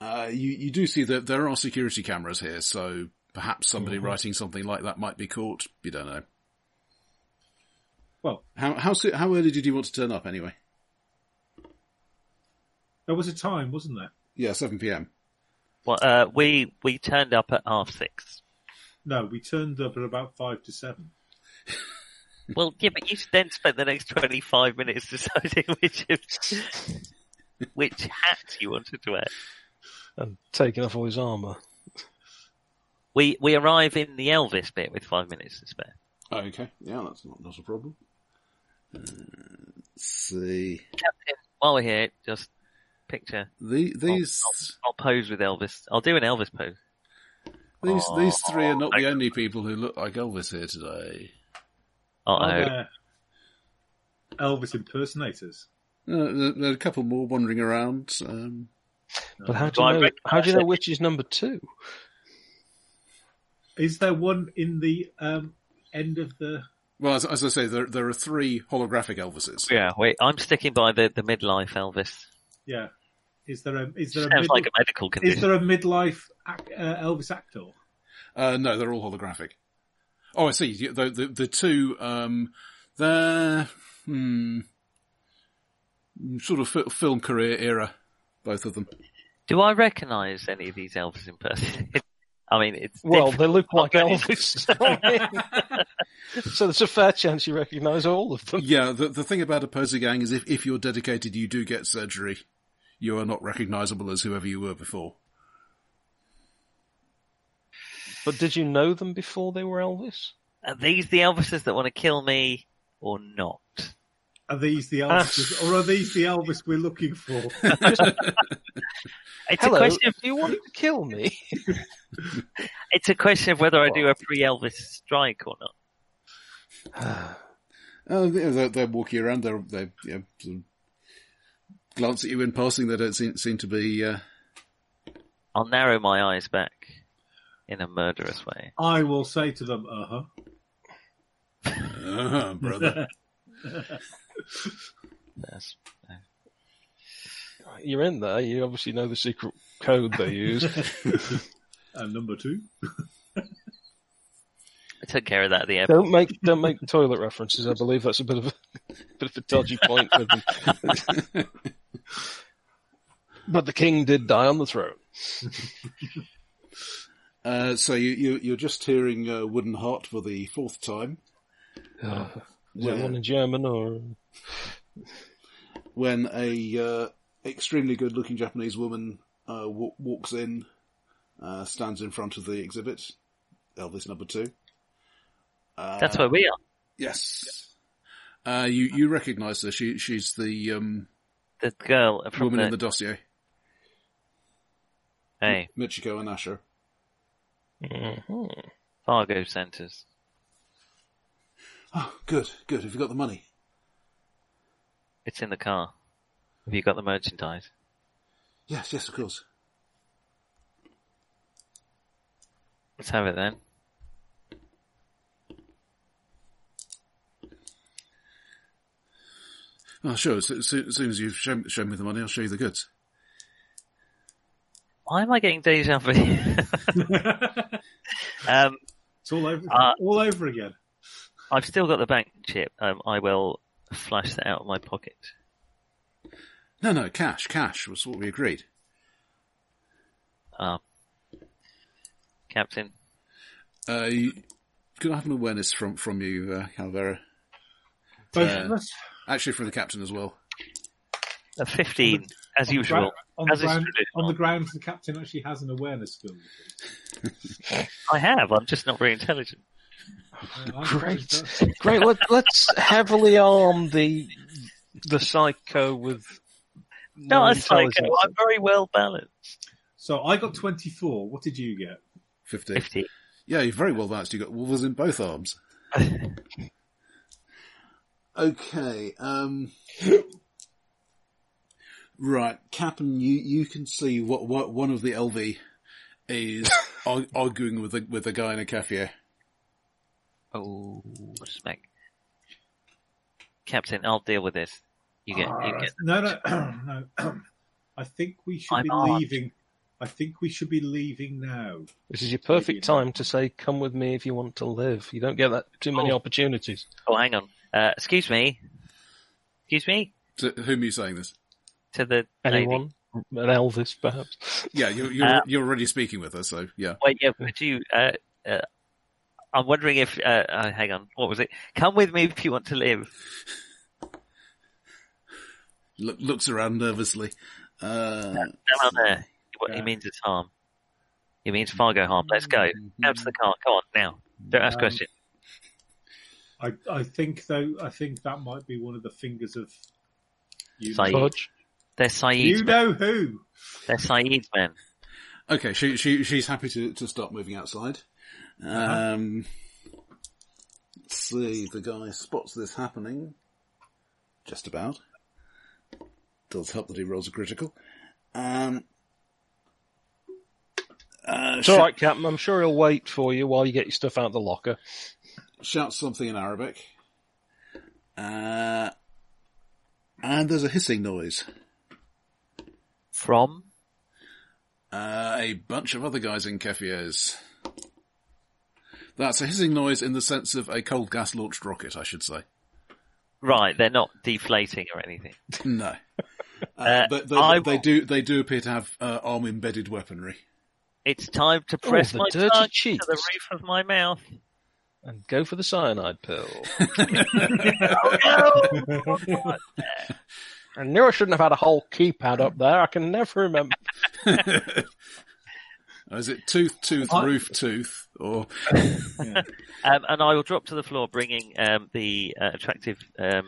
Uh, you you do see that there are security cameras here, so perhaps somebody writing something like that might be caught. You don't know.
Well,
How how so- how early did you want to turn up anyway?
there was a time, wasn't there?
Yeah, seven p.m.
Well, uh, we we turned up at half six.
No, we turned up at about five to seven.
Well, yeah, but you then spent the next twenty five minutes deciding which of, which hat you wanted to wear.
and taking off all his armour.
We we arrive in the Elvis bit with five minutes to spare.
Okay, yeah, that's not not a problem. Uh, let's see
While we're here, just picture.
the, these
I'll pose with Elvis. I'll do an Elvis pose.
these these three are not
Oh,
the only people who look like Elvis here today.
Uh-oh.
Are there Elvis impersonators.
Uh, there, there are a couple more wandering around. Um,
But how do
Well, I
you know,
recognise
how do you know
it.
which is number two?
Is there one in the um, end of the?
Well, as, as I say, there there are three holographic Elvises.
Yeah, wait. I'm sticking by the the midlife Elvis.
Yeah. Is there a is there a,
Sounds
mid-
like a medical
is
condition.
there a midlife ac- uh, Elvis actor?
Uh, no, they're all holographic. Oh, I see. You- The the, the two um, they're hmm, sort of fi- film career era, both of them.
Do I recognise any of these Elvis in person? I mean, it's
Well,
different.
they look like
Okay.
Elvis. so there's a fair chance you recognise all of them.
Yeah. The the thing about a poser gang is if if you're dedicated, you do get surgery. You are not recognisable as whoever you were before.
But did you know them before they were Elvis?
are these the Elvises that want to kill me or not?
Are these the
Ah.
Elvis or are these the Elvis we're looking for?
It's
Hello,
a question. Of,
do you want to kill me?
it's a question of whether I do a pre-Elvis strike or not.
Uh, they're, they're walking around. They're, they yeah, sort of glance at you in passing. They don't seem, seem to be. Uh,
I'll narrow my eyes back in a murderous way.
I will say to them, uh huh.
uh brother.
That's-
You're in there. You obviously know the secret code they use.
And number two.
I took care of that at the airport.
don't make don't make toilet references. I believe that's a bit of a bit of a dodgy point with them. but the king did die on the throne.
Uh, so you, you, you're just hearing uh, Wooden Heart for the fourth time
Is it one in German or
when a uh, extremely good-looking Japanese woman uh, wa- walks in, uh, stands in front of the exhibit, Elvis number two. Uh,
That's where we are.
Yes. Uh, you you recognise her? She she's the um,
The girl from
woman
the,
in the dossier,
hey
Michiko and Asher.
Fargo centers.
Oh, good, good. Have you got the money?
It's in the car. Have
Hmm.
you got the merchandise?
Yes, yes, of course.
Let's have it then.
Oh, sure. So, so, as soon as you've shown, shown me the money, I'll show you the goods.
Why am I getting deja vu? um,
It's all over
Uh,
all over again.
I've still got the bank chip. Um, I will flash that out of my pocket.
No, no, cash, cash was what we agreed.
Um, Captain,
Uh, you, could I have an awareness from from you, uh, Calvera?
Both
Uh,
of us
Actually, from the captain as well.
a 15, as usual.
Right, on, the
As is
ground,
traditional.
on the ground, the captain actually has an awareness film.
I have, I'm just not very intelligent.
Great, great. Let, let's heavily arm the the psycho with
No,
more
I like,
intelligence.
I'm very well balanced.
So I got 24. What did you get?
Fifty.
50.
Yeah, you're very well balanced. You got wolves in both arms. okay. Um, right, Captain, you you can see what what one of the LV is ar- arguing with a, with a guy in a cafe.
Oh, smack. Captain, I'll deal with this. You get, you get.
No, no, no. I think we should
I'm
be
armed.
leaving. I think we should be leaving now.
This is your perfect time to say, "Come with me if you want to live." You don't get that too many
Oh.
opportunities.
Oh, hang on. Uh, excuse me. Excuse me?
To whom are you saying this?
To the lady.
Anyone, an Elvis, perhaps.
Yeah, you're you're,
Uh,
you're already speaking with her, so yeah.
Wait, yeah, would you? Uh, uh, I'm wondering if. Uh, uh, hang on, what was it? Come with me if you want to live.
Look, looks around nervously. Uh,
Down on there. What
Yeah.
It means it's harm. It means Fargo harm. Let's go.
Mm-hmm.
Out to the car. Come on now. Don't ask
Um,
questions.
I, I think though. I think that might be one of the fingers of. You
Saeed.
know,
Fudge.
They're
you
Saeed's men.
know who?
They're Saeed's men.
Okay, she she she's happy to to start moving outside.
Uh-huh.
Um, let's see, the guy spots this happening, just about. Does help that he rolls a critical. Um, uh,
It's all right, Captain. I'm sure he'll wait for you while you get your stuff out of the locker.
shouts something in Arabic. Uh, and there's a hissing noise.
From?
Uh, a bunch of other guys in kefirs. That's a hissing noise in the sense of a cold gas launched rocket, I should say.
Right, they're not deflating or anything.
No, uh,
Uh,
but they,
I
they
will-
do they do appear to have uh, arm embedded weaponry.
It's time to press
the
my
dirty
tongue
cheeks.
to the roof of my mouth.
And go for the cyanide pill. I knew I shouldn't have had a whole keypad up there. I can never remember.
Uh, Is it tooth tooth roof tooth or
Um, and I will drop to the floor, bringing um, the uh, attractive. Um,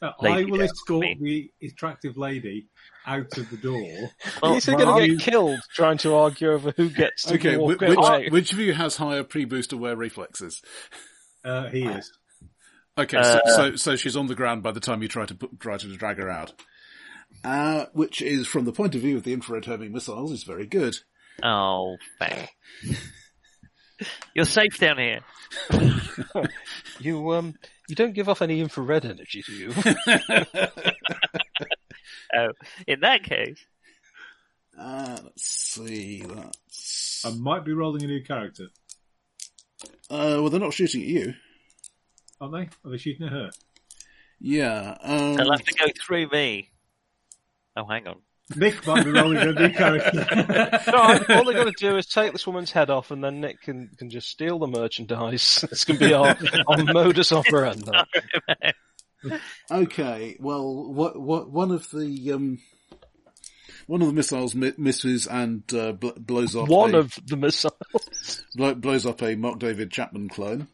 Uh, I
Lady
will
there,
escort
me.
the attractive lady out of the door.
well,
Is he going to
are
get
you-
killed trying to argue over who gets to
okay? Which,
walk
which,
away?
which of you has higher pre booster wear reflexes?
Uh, he is.
Okay,
Uh,
so, so so she's on the ground by the time you try to put, try to drag her out, uh, which is from the point of view of the infrared homing missiles is very good.
oh, bang. You're safe down here.
You um, you don't give off any infrared energy, do you?
Oh, in that case,
Uh, let's see. That's
I might be rolling a new character.
uh, well, they're not shooting at you.
Aren't they? Are they shooting at her?
Yeah. Um,
they'll have to go through me. Oh, hang on.
Nick might be rolling a new character.
no, I- all they're going to do is take this woman's head off, and then Nick can, can just steal the merchandise. This can be our, our modus operandi.
Okay, well, what, what, one of the um, one of the missiles mi- misses and uh, bl- blows up
One
a,
of the missiles.
blo- blows up a Mark David Chapman clone.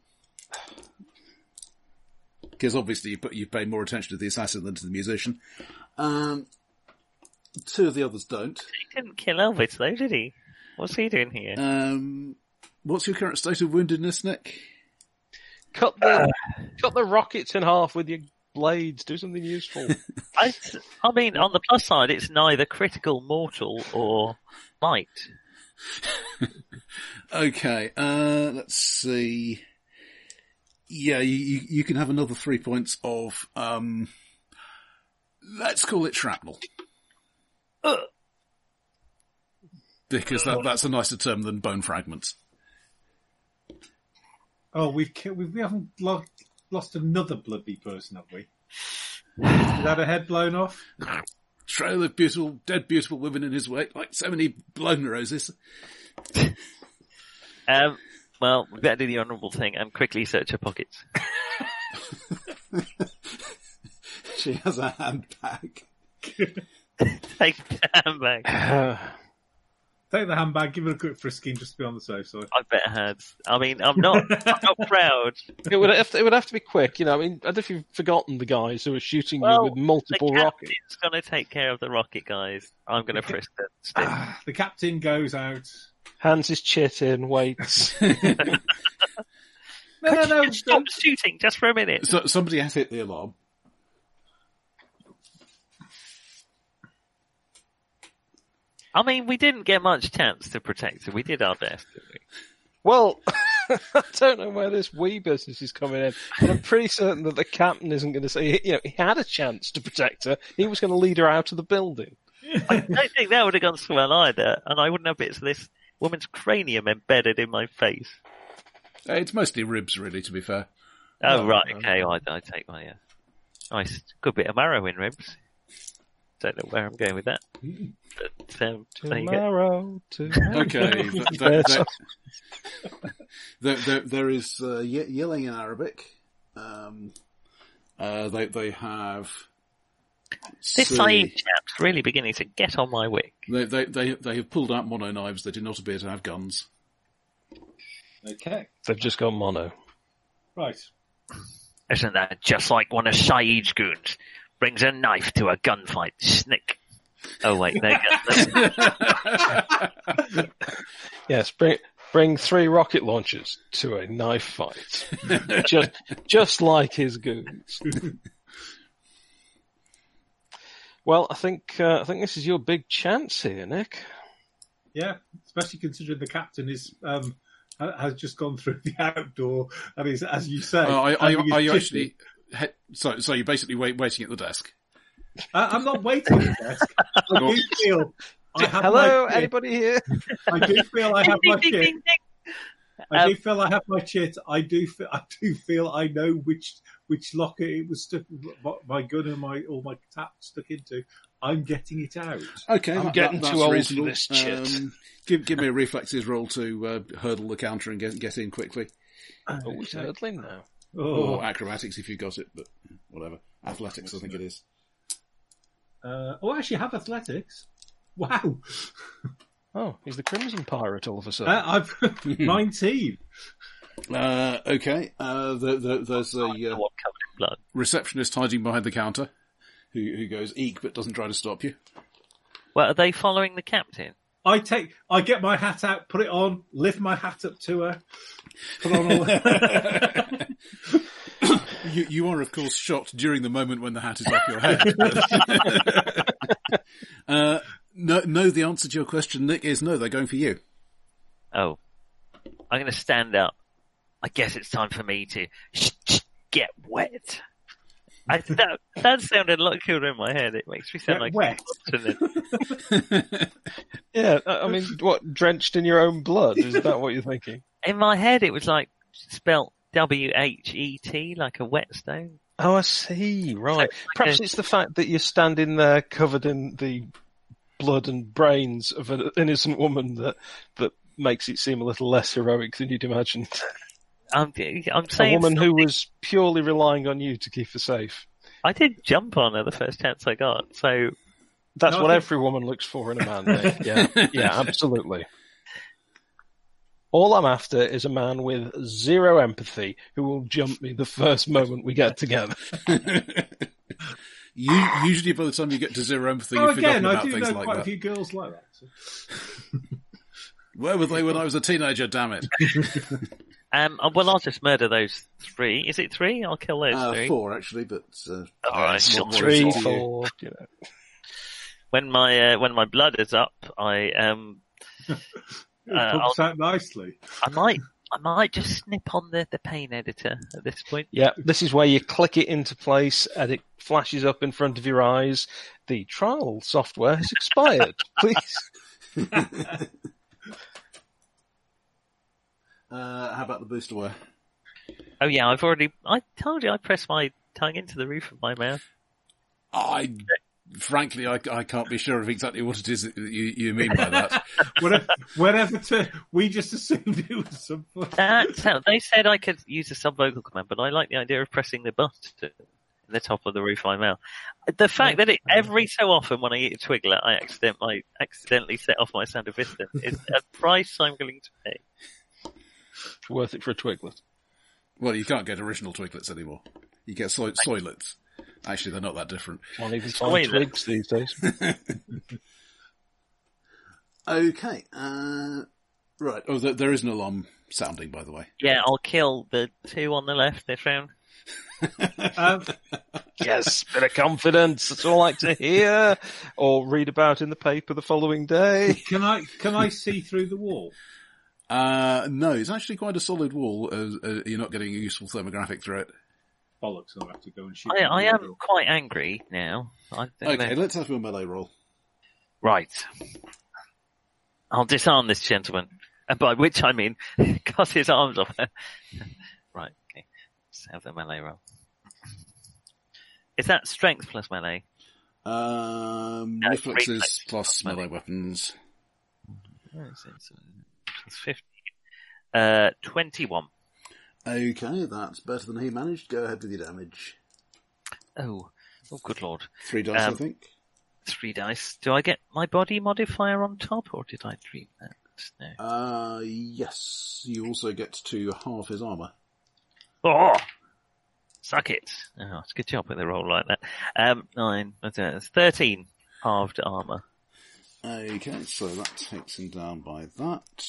Because obviously you, put, you pay more attention to the assassin than to the musician. Um, two of the others don't.
He didn't kill Elvis, though, did he? What's he doing here?
Um, what's your current state of woundedness, Nick?
Cut the cut the rockets in half with your blades. Do something useful.
I, I mean, on the plus side, it's neither critical, mortal, or might.
Okay, uh, let's see. Yeah, you, you, you can have another three points of, um, let's call it shrapnel.
Ugh.
Because that, that's a nicer term than bone fragments.
oh, we've ki- we, we haven't lo- lost another bloody person, have we? Is that a head blown off?
Trail of beautiful, dead beautiful women in his wake, like so many blown roses.
Um, well, we better do the honourable thing and quickly search her pockets.
She has a handbag.
Take the handbag. I
Take the handbag, give it a quick frisking just to be on the safe side.
bet had. I mean, I'm not, I'm not proud.
it would have to, it would have to be quick. You know, I mean, I don't know if you've forgotten the guys who are shooting
Well,
you with
The
multiple rockets.
captain's going to take care of the rocket guys. I'm going to frisk them. Still.
Ah, the captain goes out.
Hands his chit in, waits.
No, no, no.
Just stop
don't-
shooting just for a minute.
So, somebody has hit the alarm.
I mean, we didn't get much chance to protect her. We did our best, didn't we?
well, I don't know where this wee business is coming in. But I'm pretty certain that the captain isn't going to say. You know, he had a chance to protect her. He was going to lead her out of the building.
I don't think that would have gone so well either, and I wouldn't have bits of this woman's cranium embedded in my face.
Uh, It's mostly ribs, really, to be fair.
Oh, right, okay, I, I take my, uh, nice, good bit of marrow in ribs. Don't know where I'm going with that. But, um, there you go.
Tomorrow, tomorrow.
Okay, th- th-
Yes.
th- there, there, there is uh, ye- yelling in Arabic. Um, uh, they, they have.
This
see,
Saeed chap's really beginning to get on my wick.
they, they, they, they have pulled out mono knives. They do not appear to have guns.
Okay,
They've just gone mono.
right.
Isn't that just like one of Saeed's goons? Brings a knife to a gunfight, snick. Oh wait, there you go.
Yes, bring bring three rocket launchers to a knife fight, just just like his goons. well, I think uh, I think this is your big chance here, Nick.
Yeah, especially considering the captain is um, ha- has just gone through the outdoor and is, as you say,
Uh, are, are, you-
having his
are you
tiffy.
actually. He- so, so you're basically wait, waiting at the desk.
I, I'm not waiting at the desk. I do feel I have
Hello,
my chit.
anybody here?
I do feel I
Ding,
have
ding,
my
ding,
chit.
ding, ding.
I do feel I have my chit. I do feel I do feel I know which which locker it was stuck, my- my gun and my all my tap stuck into. I'm getting it out.
Okay,
I'm
that-
getting
that-
too
that's
old for
reasonable.
this shit.
Um, give, give me a reflexes roll to uh, hurdle the counter and get, get in quickly,
Oh, he's hurdling now.
Oh,
or acrobatics if you got it, but whatever. Athletics, I think it is.
uh, oh, I actually have athletics. Wow,
Oh, he's the Crimson Pirate all of a sudden.
uh, I've 19.
Uh, okay, uh, the, the, there's a
The
uh,
one covered in blood.
receptionist hiding behind the counter who, who goes eek but doesn't try to stop you.
Well, are they following the captain?
I take, I get my hat out, put it on, lift my hat up to her, put on all.
You, you are, of course, shot during the moment when the hat is off your head. uh, no, no, the answer to your question, Nick, is no, they're going for you.
Oh, I'm going to stand up. I guess it's time for me to get wet. I, that, that sounded a lot cooler in my head. It makes me sound
Get
like
wet.
Continent.
yeah, I I mean, what, drenched in your own blood? Is that what you're thinking?
In my head, it was like spelt W H E T, like a whetstone.
Oh, I see. Right. Perhaps
a-
it's the fact that you're standing there covered in the blood and brains of an innocent woman that that makes it seem a little less heroic than you'd imagined.
I'm, I'm
A
saying
woman who
something-
was purely relying on you to keep her safe.
I did jump on her the first chance I got. So
That's
No, I
what
think-
every woman looks for in a man. Nick. yeah, yeah, absolutely. All I'm after is a man with zero empathy who will jump me the first moment we get together.
you usually, by the time you get to zero empathy,
Oh,
you've forgotten
again, I
about
do
things
know
like
quite a
that.
few girls like that. so.
Where were they when I was a teenager? Damn it!
Um, uh, well, I'll just murder those three. Is it three? I'll kill those
Uh,
three.
four, actually, but uh,
All right.
more- more
Three,
insult to you.
four, you know.
When my uh, when my blood is up, I um
It
Uh,
pumps out nicely.
I might I might just snip on the the pain editor at this point.
Yeah, this is where you click it into place and it flashes up in front of your eyes. The trial software has expired. Please.
Uh, how about the booster wear?
Oh yeah, I've already I told you I pressed my tongue into the roof of my mouth.
I frankly, I, I can't be sure of exactly what it is that you, you mean by that.
Whatever, whatever to, we just assumed it was some.
That's how they said I could use a subvocal command, but I like the idea of pressing the button in the top of the roof of my mouth. The fact that it, every so often when I eat a twiglet, I accident I accidentally set off my sound of wisdom is a price I'm willing to pay.
It's worth it for a twiglet.
well, you can't get original twiglets anymore. You get soy- soylets. Actually, they're not that different.
Can't even
Wait
find
a
twigs these days.
Okay. Uh, right. Oh, there, there is an alarm sounding, by the way.
Yeah, I'll kill the two on the left this round.
Um,
yes, bit of confidence. That's all I like to hear or read about in the paper the following day.
can I can I see through the wall?
Uh, no, it's actually quite a solid wall. Uh, uh, you're not getting a useful thermographic through it.
Bollocks! I'll have to go and shoot.
I, I
the
am
girl.
quite angry now. I don't
Okay,
know.
let's have a melee roll.
Right. I'll disarm this gentleman, and by which I mean cut his arms off. right. Okay. Let's have the melee roll. Is that strength plus melee?
Um,
Uh,
reflexes
reflex
plus melee weapons.
Where is it? Plus 15. Uh, 21.
Okay, that's better than he managed. Go ahead with your damage.
Oh. Oh, good lord.
Three dice,
Um,
I think.
Three dice. Do I get my body modifier on top, or did I dream that? No.
Uh, yes. You also get to half his armor.
Oh, suck it. Oh, it's a good job with a roll like that. Um, nine, I don't know, it's 13 halved armor.
Okay, so that takes him down by that.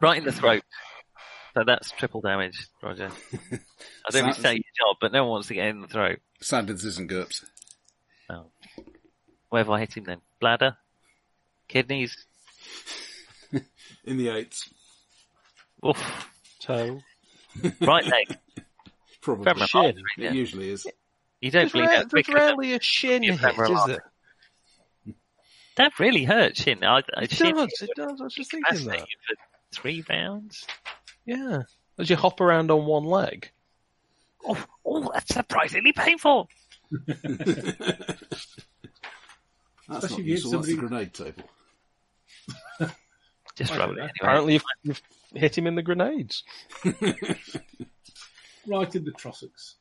Right in the throat. So that's triple damage, Roger. I don't mean to
Sounds-
take your job, but no one wants to get in the throat.
Sadly, this isn't GURPS.
Oh. Where have I hit him then? Bladder? Kidneys?
In the eights,
Oof.
Toe,
Right leg.
probably.
Fair enough.
Shin.
It usually is.
You don't
There's,
believe
rare-
that
there's
because
rarely a shin
your
hit,
camera
is
on.
there?
that really hurts him. I, I
It
shin
does,
hit
it does. I was just
would
thinking that.
fascinate you for three rounds.
Yeah. As you hop around on one leg.
Oh, oh, that's surprisingly painful.
That's not
Especially if you hit
useful. That's the
somebody-
grenade table.
Just
I
rub it
don't know.
anyway.
Apparently you've, you've hit him in the grenades.
Right in the trossachs.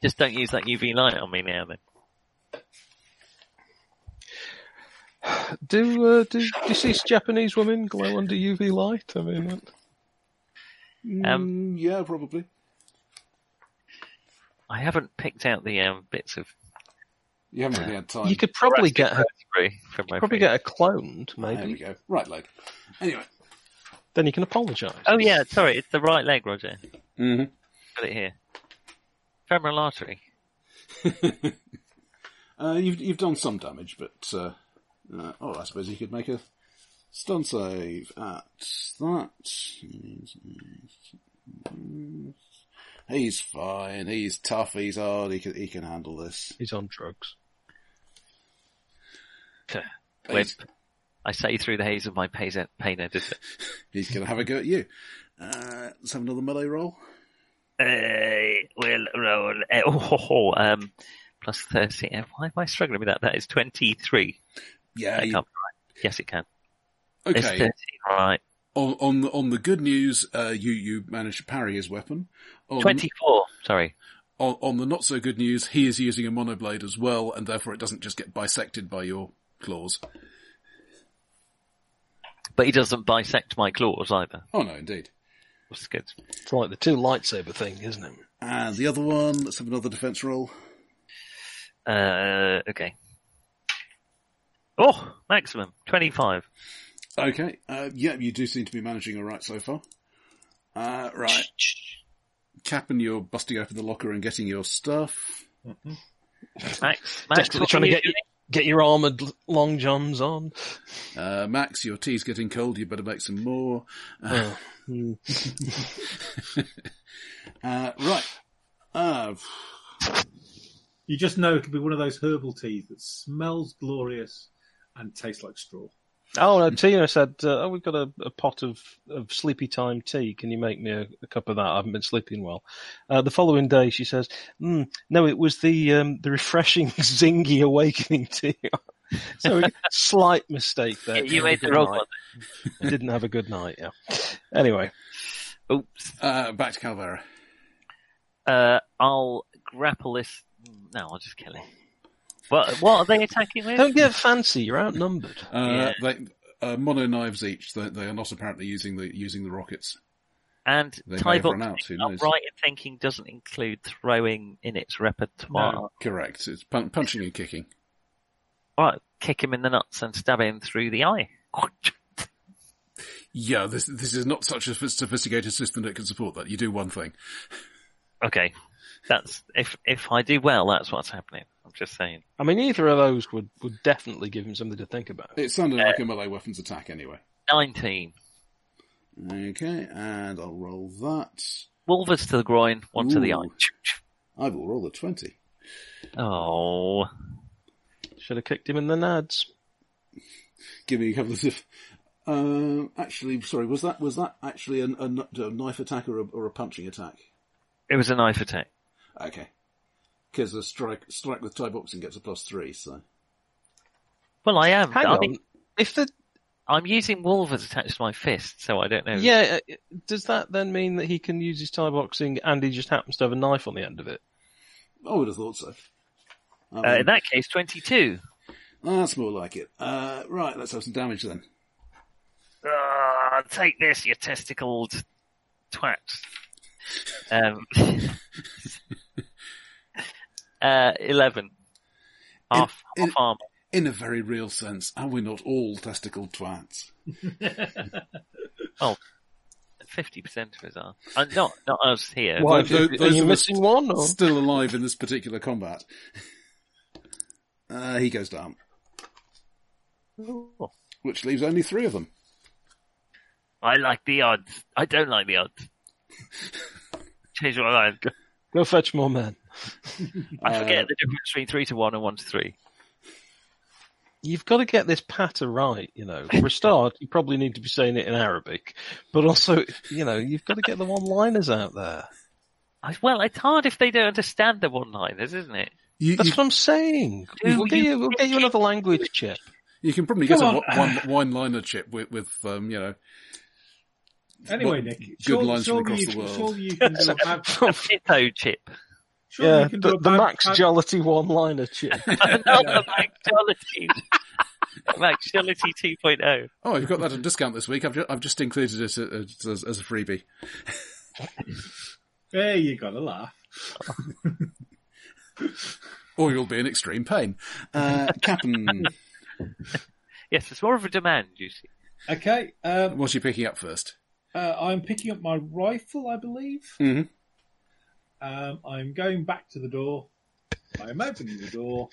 Just don't use that UV light on me now. Then
Do, uh, do deceased Japanese women glow under UV light? I mean, that-
Um,
Mm, yeah, probably.
I haven't picked out the um, bits of
You haven't really had time.
you could probably
thoracic
get her,
vertebrae from my
probably
face.
get her cloned,
There we
maybe.
go. Right leg. Anyway.
Then you can apologise.
Oh yeah, sorry, it's the right leg, Roger.
Mm-hmm.
Got it here. Femoral artery.
Uh, you've you've done some damage, but uh, uh, oh, I suppose you could make a stun save at that. He's fine. He's tough. He's hard. He can he can handle this.
He's on drugs.
Wimp.
He's,
I say through the haze of my pain, pain editor.
he's going to have a go at you. Uh, let's have another melee roll.
Uh, well, roll. Uh, oh, ho, ho, um, plus 30. Uh, Why am I struggling with that? That is 23.
Yeah.
That
you-
can't be right. Yes, it can. It's
okay.
13, right.
On on the, on the good news, uh, you you managed to parry his weapon. On,
24. Sorry.
on, on the not so good news, he is using a monoblade as well, and therefore it doesn't just get bisected by your claws.
But he doesn't bisect my claws either.
Oh no, indeed.
That's good.
It's like the two lightsaber thing, isn't it?
And the other one, let's have another defense roll.
Uh, okay. Oh, maximum. 25.
Okay, uh, yeah, you do seem to be managing all right so far. Uh, right, Captain, you're busting open the locker and getting your stuff.
Max, Max
Desperately
what
trying to
are you
get you- Get your armoured l- long johns on.
Uh, Max, your tea's getting cold. You better make some more.
Oh.
Uh, right. Uh,
You just know it'll be one of those herbal teas that smells glorious and tastes like straw.
Oh no, Tina said, uh, "Oh, we've got a, a pot of, of sleepy time tea. Can you make me a, a cup of that? I haven't been sleeping well." Uh, the following day, she says, mm, "No, it was the um, the refreshing zingy awakening tea." so a slight mistake there.
doing? You made the
Didn't
wrong
have a
one.
good night. Didn't have a good night. Yeah. Anyway,
Oops.
uh, back to Calvera.
Uh, I'll grapple this. No, I'll just kill him. What, what are they attacking with?
don't get fancy. You're outnumbered.
Uh, they, uh, mono knives each. They, they are not apparently using the using the rockets.
And
They may have
Tybalt,
run out, who
I'm
knows?
right in thinking, doesn't include throwing in its repertoire.
No.
Correct. It's pun- punching and kicking.
All right, kick him in the nuts and stab him through the eye.
Yeah, this this is not such a sophisticated system that can support that. You do one thing.
Okay, that's if if I do well, that's what's happening. I'm just saying.
I mean, either of those would, would definitely give him something to think about.
It sounded like a melee weapons attack anyway.
Nineteen.
Okay, and I'll roll that.
Wolvers to the groin, one to the eye.
Ooh. I will roll a 20.
Oh,
Should have kicked him in the nads.
Give me a couple of. Um, actually, sorry, was that was that actually an, a, kn- a knife attack or a, or a punching attack?
it was a knife attack.
Okay. Because a strike strike with tie boxing gets a plus three, so.
Well, I am.
Hang
I
on. If the
I'm using wolvers attached to my fist, so I don't know.
Yeah, uh, does that then mean that he can use his Thai boxing and he just happens to have a knife on the end of it?
I would have thought so. I
Uh, in
mean,
that case, twenty-two.
That's more like it. Uh, right, let's have some damage then.
Ah, take this, you testicled twat. Um, uh, 11. Half,
In- in-
half armor.
In a very real sense, are we not all testicle twats?
50% of his arm. Uh, not, not us here.
Why,
tho-
are
those
you
of us-
missing one? Or?
Still alive in this particular combat. Uh, he goes down,
Oh,
which leaves only three of them.
I like the odds. I don't like the odds. Change my mind.
Go fetch more men.
I forget
Uh,
the difference between three to one and one to three.
You've got to get this patter right, you know. For a start, you probably need to be saying it in Arabic, but also, you know, you've got to get the one-liners out there.
I, well, it's hard if they don't understand the one-liners, isn't it?
You,
That's
you,
what I'm saying.
Do
We'll get
you
you, we'll get you another language chip.
you can probably
Come
get a
on.
one, one liner chip with, with um, you know,
Anyway,
Well,
Nick,
good
surely,
lines from
surely
across
you,
the world.
surely you can do a bad.
A Pito chip.
Surely
Yeah,
you can do
the,
a
the
bad-
Max
bad-
Jollity one-liner chip.
Not the Maxolity. Maxolity 2.0.
oh, you've got that on discount this week. I've just, I've just included it as, as, as a freebie.
There you got to laugh.
Or you'll be in extreme pain. Uh, Captain,
Yes, it's more of a demand, you see.
Okay, um,
what's you picking up first?
uh, I'm picking up my rifle, I believe.
Mhm.
Um, I'm going back to the door. I am opening the door,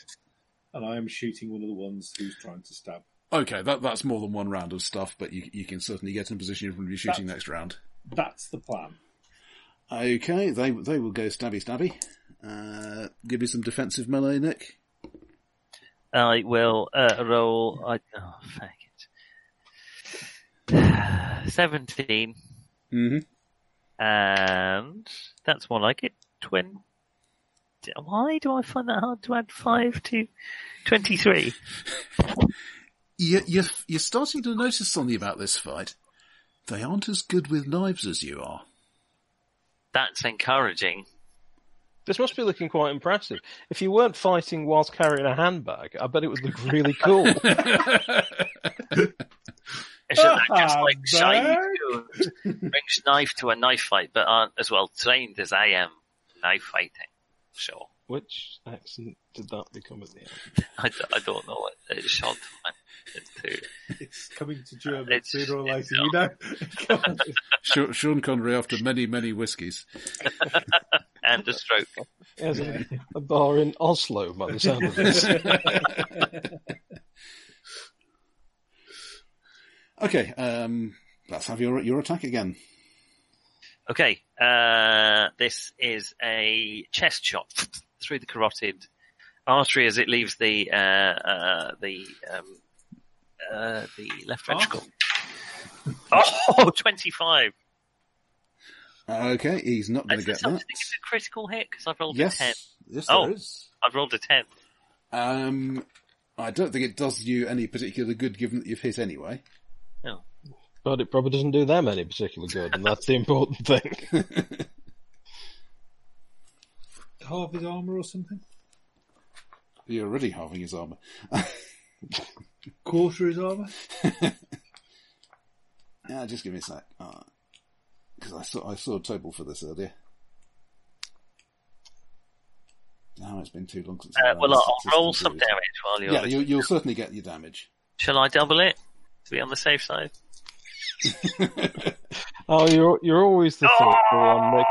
and I am shooting one of the ones who's trying to stab.
Okay, that, that's more than one round of stuff, but you, you can certainly get in a position you're going to be shooting next round.
That's the plan.
Okay, they they will go stabby stabby. Uh, give me some defensive melee, Nick.
I will uh, roll. I, oh, fuck it. 17.
Mm-hmm.
And that's more like it. 20. Why do I find that hard to add 5 to 23?
You, you're, you're starting to notice something about this fight. They aren't as good with knives as you are.
That's encouraging.
This must be looking quite impressive. If you weren't fighting whilst carrying a handbag, I bet it would look really cool.
Isn't that just
Ah,
like shy
Berg.
brings knife to a knife fight, but aren't as well trained as I am knife fighting? Sure.
Which accent did that become at the end?
I, d- I don't know what uh, it's shot into.
It's coming to Germany
It's-
sooner or
it's
later, you know.
Sean, Sean Connery, after many many whiskies,
And a stroke.
There's a, a bar in Oslo, by the sound of this.
Okay, um, let's have your your attack again.
Okay, uh, this is a chest shot through the carotid artery as it leaves the uh, uh, the um, uh, the left ventricle. Oh, 25.
Okay, he's not going
Is
to get
there
that.
something it's a critical hit? Because I've rolled a 10.
Yes, yes, there
Oh.
is.
I've rolled a 10.
Um, I don't think it does you any particular good, given that you've hit anyway.
But it probably doesn't do them any particular good, and that's the important thing.
Half his armour or something?
You're already halving his armor.
Quarter his armour?
Uh, just give me a sec. Because I saw I saw a table for this earlier. Now it's been too long since.
Uh,
I've
well,
done
I'll,
this.
I'll roll
It's
some
been
damage
too-
while you're.
Yeah, you, you'll certainly get your damage.
Shall I double it to be on the safe side?
Oh, you're you're always the thoughtful one, Nick.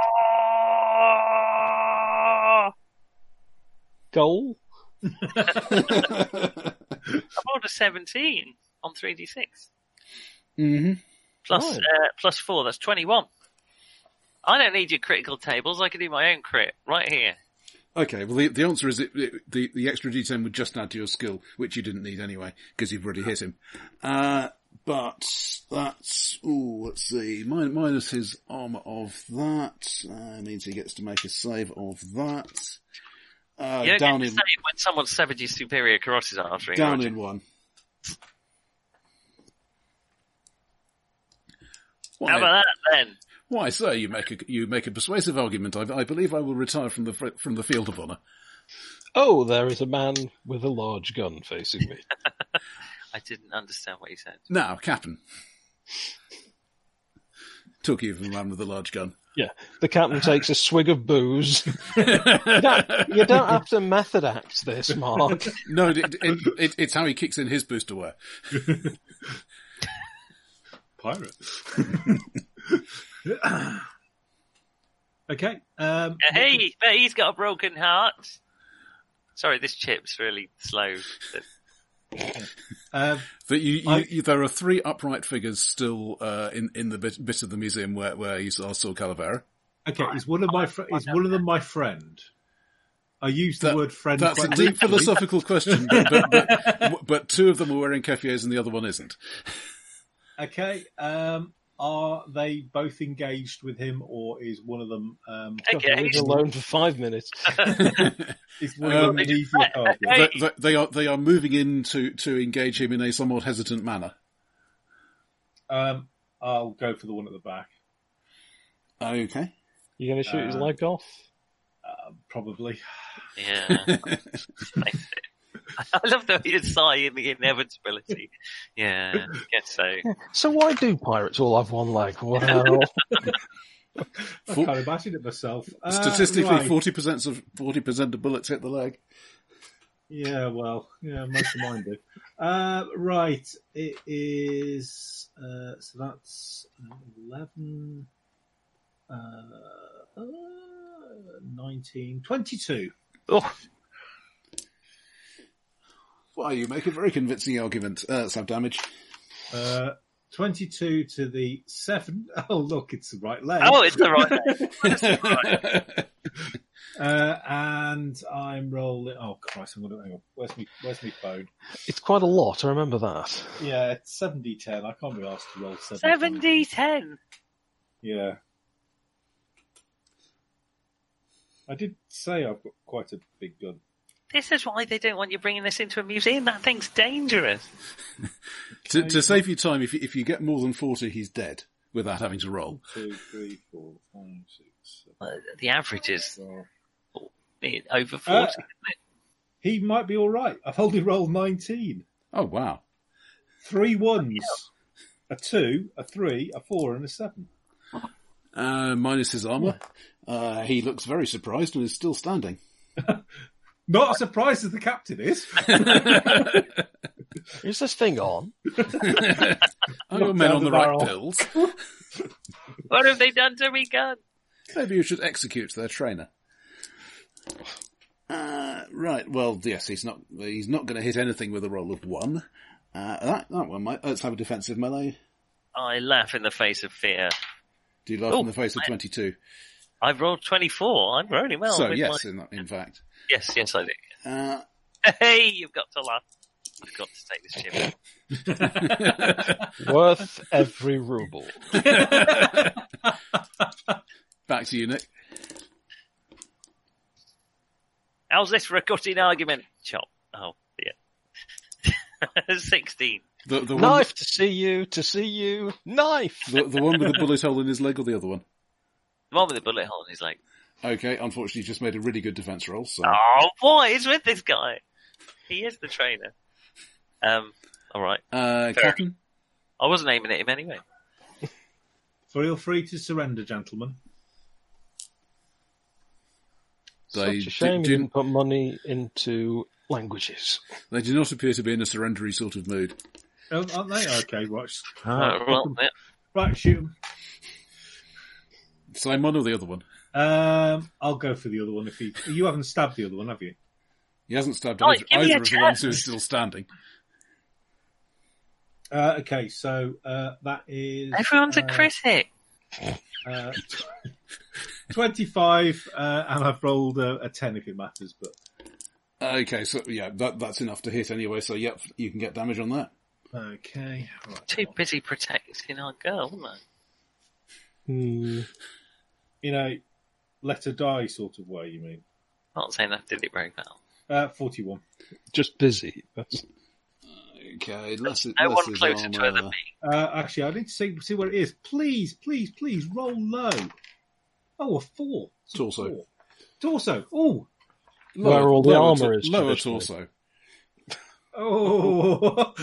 Goal?
I rolled a 17 on 3d6. Mm-hmm.
hmm
Plus,
Right.
uh, plus 4, that's 21. I don't need your critical tables, I can do my own crit right here.
Okay, well, the, the answer is it, it- the the extra d10 would just add to your skill, which you didn't need anyway because you've already hit him. Uh, but that's oh, let's see, Min- minus his armor of that uh, means he gets to make a save of that. Uh,
you don't
down
get
in
to save when someone savages superior carotid artery.
down
Roger.
in one. Why,
How about that then?
why, sir? You make a you make a persuasive argument. I, I believe I will retire from the fr- from the field of honor.
Oh, there is a man with a large gun facing me.
I didn't understand what you said.
Now, Captain. Took you from the man with the large gun.
Yeah, the captain takes a swig of booze. you, don't, you don't have to method act this, Mark.
No, it, it, it, it's how he kicks in his booster wear.
Pirate. okay. Um,
Uh, Hey, but he's got a broken heart. Sorry, this chip's really slow.
um,
That you, you,
I-
you, there are three upright figures still uh, in in the bit, bit of the museum where where you saw saw Calavera.
Okay, is one of my fr- is one of them my friend? I use the
That-
word friend.
That's a
quite
deep
loosely.
philosophical question, but, but, but, but two of them are wearing keffiyes and the other one isn't.
Okay, um, are they both engaged with him, or is one of them um,
God, I was
Engaged.
alone for five minutes.
is one of them
Um,
an easier target?
They, they- they are they are moving in to, to engage him in a somewhat hesitant manner.
Um, I'll go for the one at the back,
Okay.
You're going to shoot his
Uh,
leg off?
probably.
Yeah. I love that he did sigh in the inevitability. Yeah, I guess so.
So why do pirates all have one leg? Well,
I can't imagine it myself. Uh,
Statistically,
right.
forty percent of forty percent of bullets hit the leg.
Yeah, well, yeah, most of mine do. Uh, right, it is. Uh, so that's uh, 11, uh, uh, 19, 22.
oh,
Why you make a very convincing argument. Uh, stab damage.
Uh, 22 to the 7. Oh, look, it's the right leg.
Oh, it's the right name.
Uh, and I'm rolling. Oh, Christ, I'm going to. Hang on. Where's my, where's my phone?
it's quite a lot. I remember that.
Yeah, it's 70 10. I can't be asked to roll 70.
70 10.
Yeah. I did say I've got quite a big gun.
This is why they don't want you bringing this into a museum. That thing's dangerous.
To, to save you time, if you, if you get more than forty, he's dead without having to roll.
Two, three, four, five, six, Oh, seven,
Uh, The average is
twelve.
eh, over 40.
Uh, He might be all right. I've only rolled 19.
Oh wow!
Three ones. A two, a three, a four, and a seven.
Uh, minus his armor, uh, he looks very surprised and is still standing.
Not as surprised as the captain is.
Is this thing on?
Are
Knocked
your Oh, men
down
on the
the
right
barrel.
pills?
what have they done to me gun?
Maybe you should execute their trainer. Uh, right. Well, yes, he's not. He's not going to hit anything with a roll of one. Uh, that that one might. Let's have a defensive melee.
I laugh in the face of fear.
Do you laugh
Oh,
in the face of twenty-two?
I've rolled 24. I'm rolling well.
so
with
yes,
my-
in, in fact.
Yes, yes, I do.
Uh,
Hey, you've got to laugh. You've got to take this chip.
Worth every ruble.
back to you, Nick.
How's this for a cutting argument? Chop. Oh, yeah. 16.
The, the one,
Knife to see you, to see you, knife!
the, the one with the bullet hole in his leg, or the other one?
The one with the bullet hole in his leg.
Okay. Unfortunately, he just made a really good defense roll. So
Oh, what is with this guy? He is the trainer. Um, all right.
uh, Captain.
I wasn't aiming at him anyway.
Feel free to surrender, gentlemen.
Such
They
a shame
do-
you
do-
didn't put money into languages.
They do not appear to be in a surrendery sort of mood.
Oh, aren't they? Okay, right.
Oh.
Ah.
Uh, well, yeah.
Right, shoot 'em.
Same one or the other one?
Um, I'll go for the other one. If you you haven't stabbed the other one, have you?
He hasn't stabbed
Oh,
either,
give me
either
a
of the ones
chance.
who is still standing.
Uh, okay, so uh, that is
everyone's a
uh,
critic.
Uh, Twenty-five, uh, and I've rolled a, a ten if it matters. But
Okay, so yeah, that that's enough to hit anyway. So yep, you can get damage on that.
okay, right.
Too busy protecting our girl, wasn't I?
Hmm.
you know, let her die sort of way. You mean
Not saying that did it very well.
uh, forty-one?
Just busy. That's,
Okay, less
No
less
one
his
closer to her than
armor.
me.
Uh, actually, I need to see, see what it is. Please, please, please, roll low. Oh, a four. It's a
Torso.
four. Torso. Oh,
Where all the
lower
armor
to-
is
Lower
traditionally.
torso.
oh,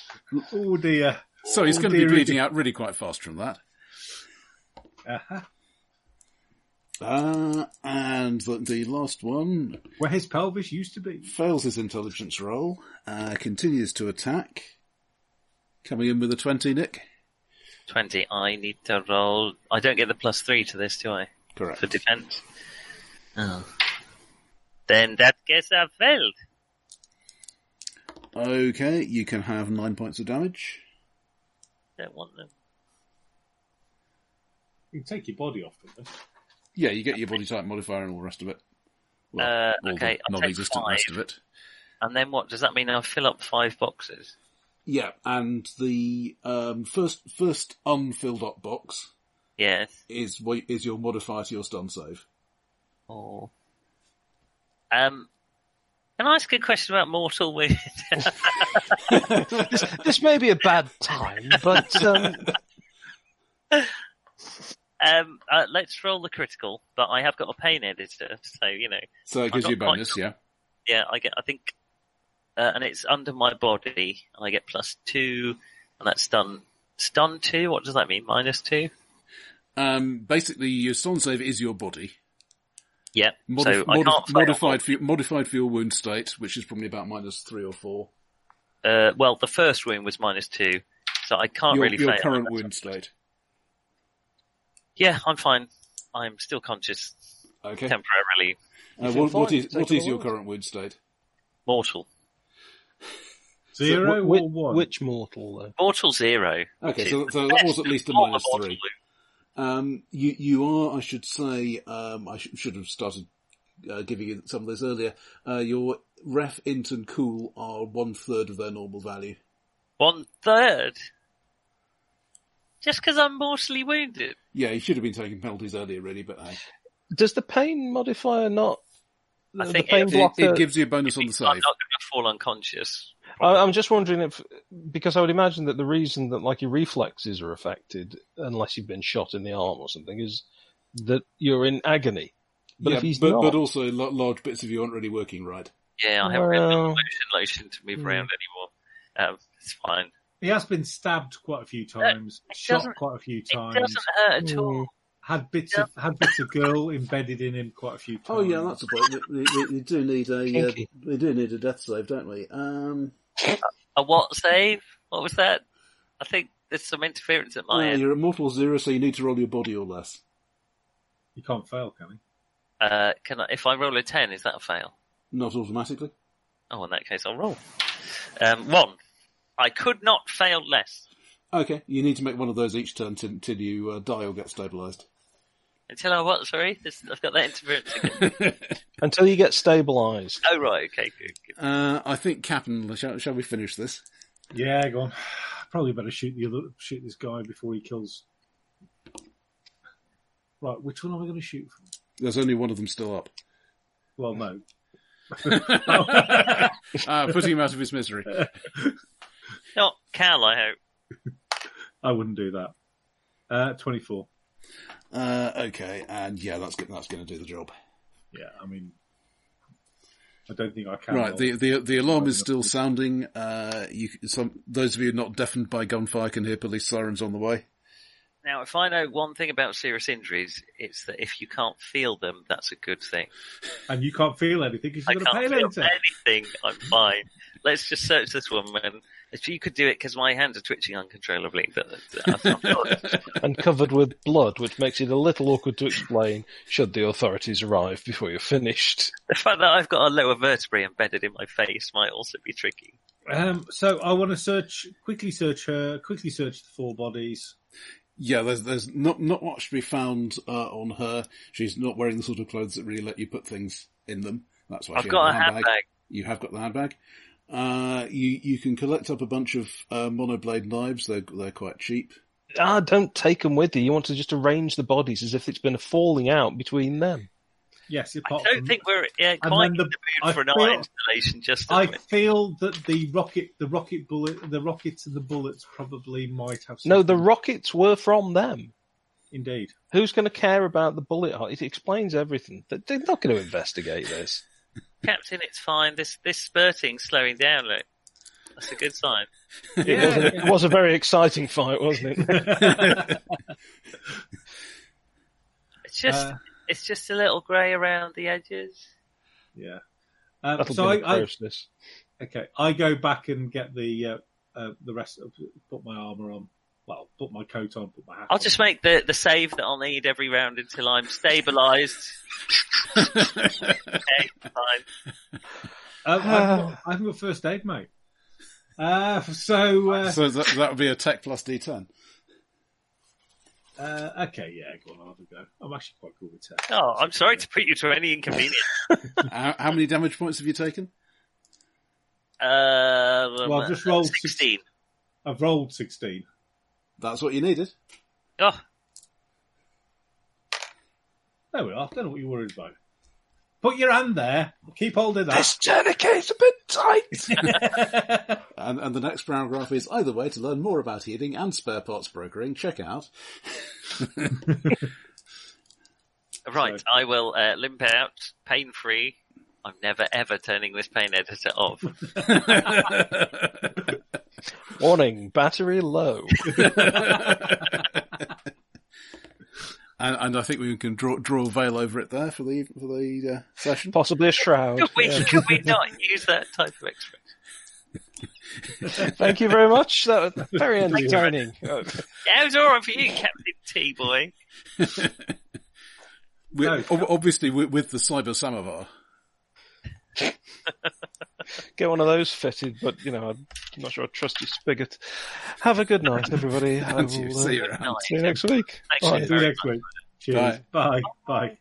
oh dear.
So he's
Oh,
going to be
dearie.
bleeding out really quite fast from that.
Uh-huh.
Uh, and the, the last one
Where his pelvis used to be.
fails his intelligence roll, uh, continues to attack. Coming in with a 20, Nick?
20. I need to roll. I don't get the plus three to this, do I? For
Correct.
defense. Oh. Then that gets I failed.
Okay, you can have nine points of damage.
Don't want them.
You can take your body off from this.
Yeah, you get your body type modifier and all the rest of it.
Uh,
all the
okay, I'll take
non-existent
five.
rest of it.
And then what? Does that mean I'll fill up five boxes?
Yeah, and the um, first first unfilled up box
Yes.
is what is your modifier to your stun save.
Oh. Um, can I ask a question about Mortal Wound?
This may be a bad time, but um,
um, uh, let's roll the critical, but I have got a pain editor, so you know,
So it gives
got
you a bonus, yeah.
yeah, I get, I think, uh, and it's under my body, and I get plus two, and that's stun, stun two. What does that mean? Minus two?
Um, basically, your stun save is your body.
Yeah.
Modif-
so I
modif-
can't fail.
modified for your, modified for your wound state, which is probably about minus three or four.
Uh, well, the first wound was minus two, so I can't
your
really
your
fail.
current
That's-
wound state.
Yeah, I'm fine. I'm still conscious
Okay.
temporarily.
Uh,
feel
what, what
fine,
is
take
what is
all
your
of it.
current wound state?
Mortal.
Zero
which,
or one?
which mortal though?
Mortal zero.
Okay,
which
so,
is
so
the
that
best
was at least a
part of
minus
Mortal
three.
Wound.
Um, you you are, I should say, um, I sh- should have started uh, giving you some of this earlier. Uh, your ref, int, and cool are one third of their normal value.
One third. Just because I'm mortally wounded.
Yeah, you should have been taking penalties earlier, really, but hey.
Does the pain modifier not?
I
The,
think
the pain
it-
it,
blocker.
it gives you a bonus on the
I'm not going
save.
to fall unconscious.
I, I'm just wondering if, because I would imagine that the reason that like your reflexes are affected, unless you've been shot in the arm or something, is that you're in agony. But
yeah,
if he's
but,
not,
but also lo- large bits of you aren't really working right.
Yeah, I haven't really got
Well.
motion lotion to move
Hmm.
around anymore. Um, it's fine.
He has been stabbed quite a few times, shot
doesn't-
quite a few
It
times,
doesn't hurt at
Hmm.
all.
had bits of had bits of girl embedded in him quite a few times.
Oh yeah, that's a point. We, we, we do need a uh,
Kinky.
we do need a death save, don't we? Um,
A what save? What was that? I think there's some interference at my
uh,
end.
you're at mortal zero, so you need to roll your body or less.
You can't fail, can he?
Uh, can I, if I roll a ten, is that a fail?
Not automatically.
Oh, in that case, I'll roll. Um, one. I could not fail less
Okay, you need to make one of those each turn till, till you uh, die or get stabilised.
until I what? Sorry, this, I've got that interference again.
until you get stabilized.
oh right, okay, good. good.
Uh, I think Captain, shall, shall we finish this?
Yeah, go on. Probably better shoot the other shoot this guy before he kills. Right, which one am I going to shoot from?
There's only one of them still up.
Well, no,
Uh, putting him out of his misery.
Not Cal, I hope.
I wouldn't do that. Uh, Twenty-four.
Uh, okay, and yeah, that's go- that's going to do the job.
Yeah, I mean, I don't think I can.
Right,
roll.
the the the alarm is still sounding. Uh, you, some those of you not deafened by gunfire can hear police sirens on the way.
Now, if I know one thing about serious injuries, it's that if you can't feel them, that's a good thing.
and you can't feel anything because
I
you've got a
can't
pain
feel
editor.
anything. I'm fine. Let's just search this woman. If you could do it, because my hands are twitching uncontrollably. But that's not good.
and covered with blood, which makes it a little awkward to explain should the authorities arrive before you're finished.
the fact that I've got a lower vertebrae embedded in my face might also be tricky.
Um, so I want to search quickly. Search her quickly. Search the four bodies.
Yeah, there's there's not not much to be found uh, on her. She's not wearing the sort of clothes that really let you put things in them. That's why
I've
she
got a
had
handbag.
You have got the handbag. Uh, you you can collect up a bunch of uh, monoblade knives. They're they're quite cheap.
Ah, don't take them with you. You want to just arrange the bodies as if it's been a falling out between them.
Yes,
I
apart
don't
from-
think we're uh,
oh, then
quite in
the-
the
I
mood for an
feel-
art installation just at
I
the minute.
feel that the rocket, the rocket bullet, the rockets and the bullets probably might have. Something.
No, the rockets were from them.
indeed.
Who's going to care about the bullet hole? It explains everything. They- They're not going to investigate this.
Captain, it's fine. This this spurting's slowing down. Look, that's a good sign.
It, was
Uh,
a, it was a very exciting fight, wasn't it?
It's just
Uh,
it's just a little grey around the edges.
Yeah. Um,
That'll
so
be the
I, I
process.
okay, I go back and get the uh, uh, the rest. Of, put my armor on. Well, put my coat on. Put my hat.
I'll
on.
just make the, the save that I'll need every round until I'm stabilised. okay, fine.
Um, I've, got, I've got first aid, mate. Uh, so, uh,
So that that would be a tech plus D10.
Uh, okay, yeah, go on, I'll have a go. I'm actually quite cool with tech.
Oh, I'm sorry to put you to any inconvenience.
how, how many damage points have you taken?
Uh,
Well, I've just rolled
16.
I've rolled 16.
That's what you needed.
Oh,
There we are. I don't know what you're worried about. Put your hand there. Keep holding that.
This tourniquet's a bit tight.
And, and the next paragraph is either way to learn more about healing and spare parts brokering. Check out.
right. I will uh, limp out, pain free. I'm never ever turning this pain editor off.
Warning, battery low.
And, and I think we can draw draw a veil over it there for the for the uh, session.
Possibly a shroud.
Could we,
Yeah.
could we not use that type of expression?
Thank you very much. That was very entertaining. Uh,
Yeah, it was all right for you, Captain T boy.
We-
No.
ob- obviously, with, with the cyber samovar.
Get one of those fitted, but you know, I'm not sure I trust your spigot. Have a good night, everybody. I
And you
will, uh,
see you around.
see you next week.
Actually,
Bye.
See you next week. Cheers. Bye. Bye.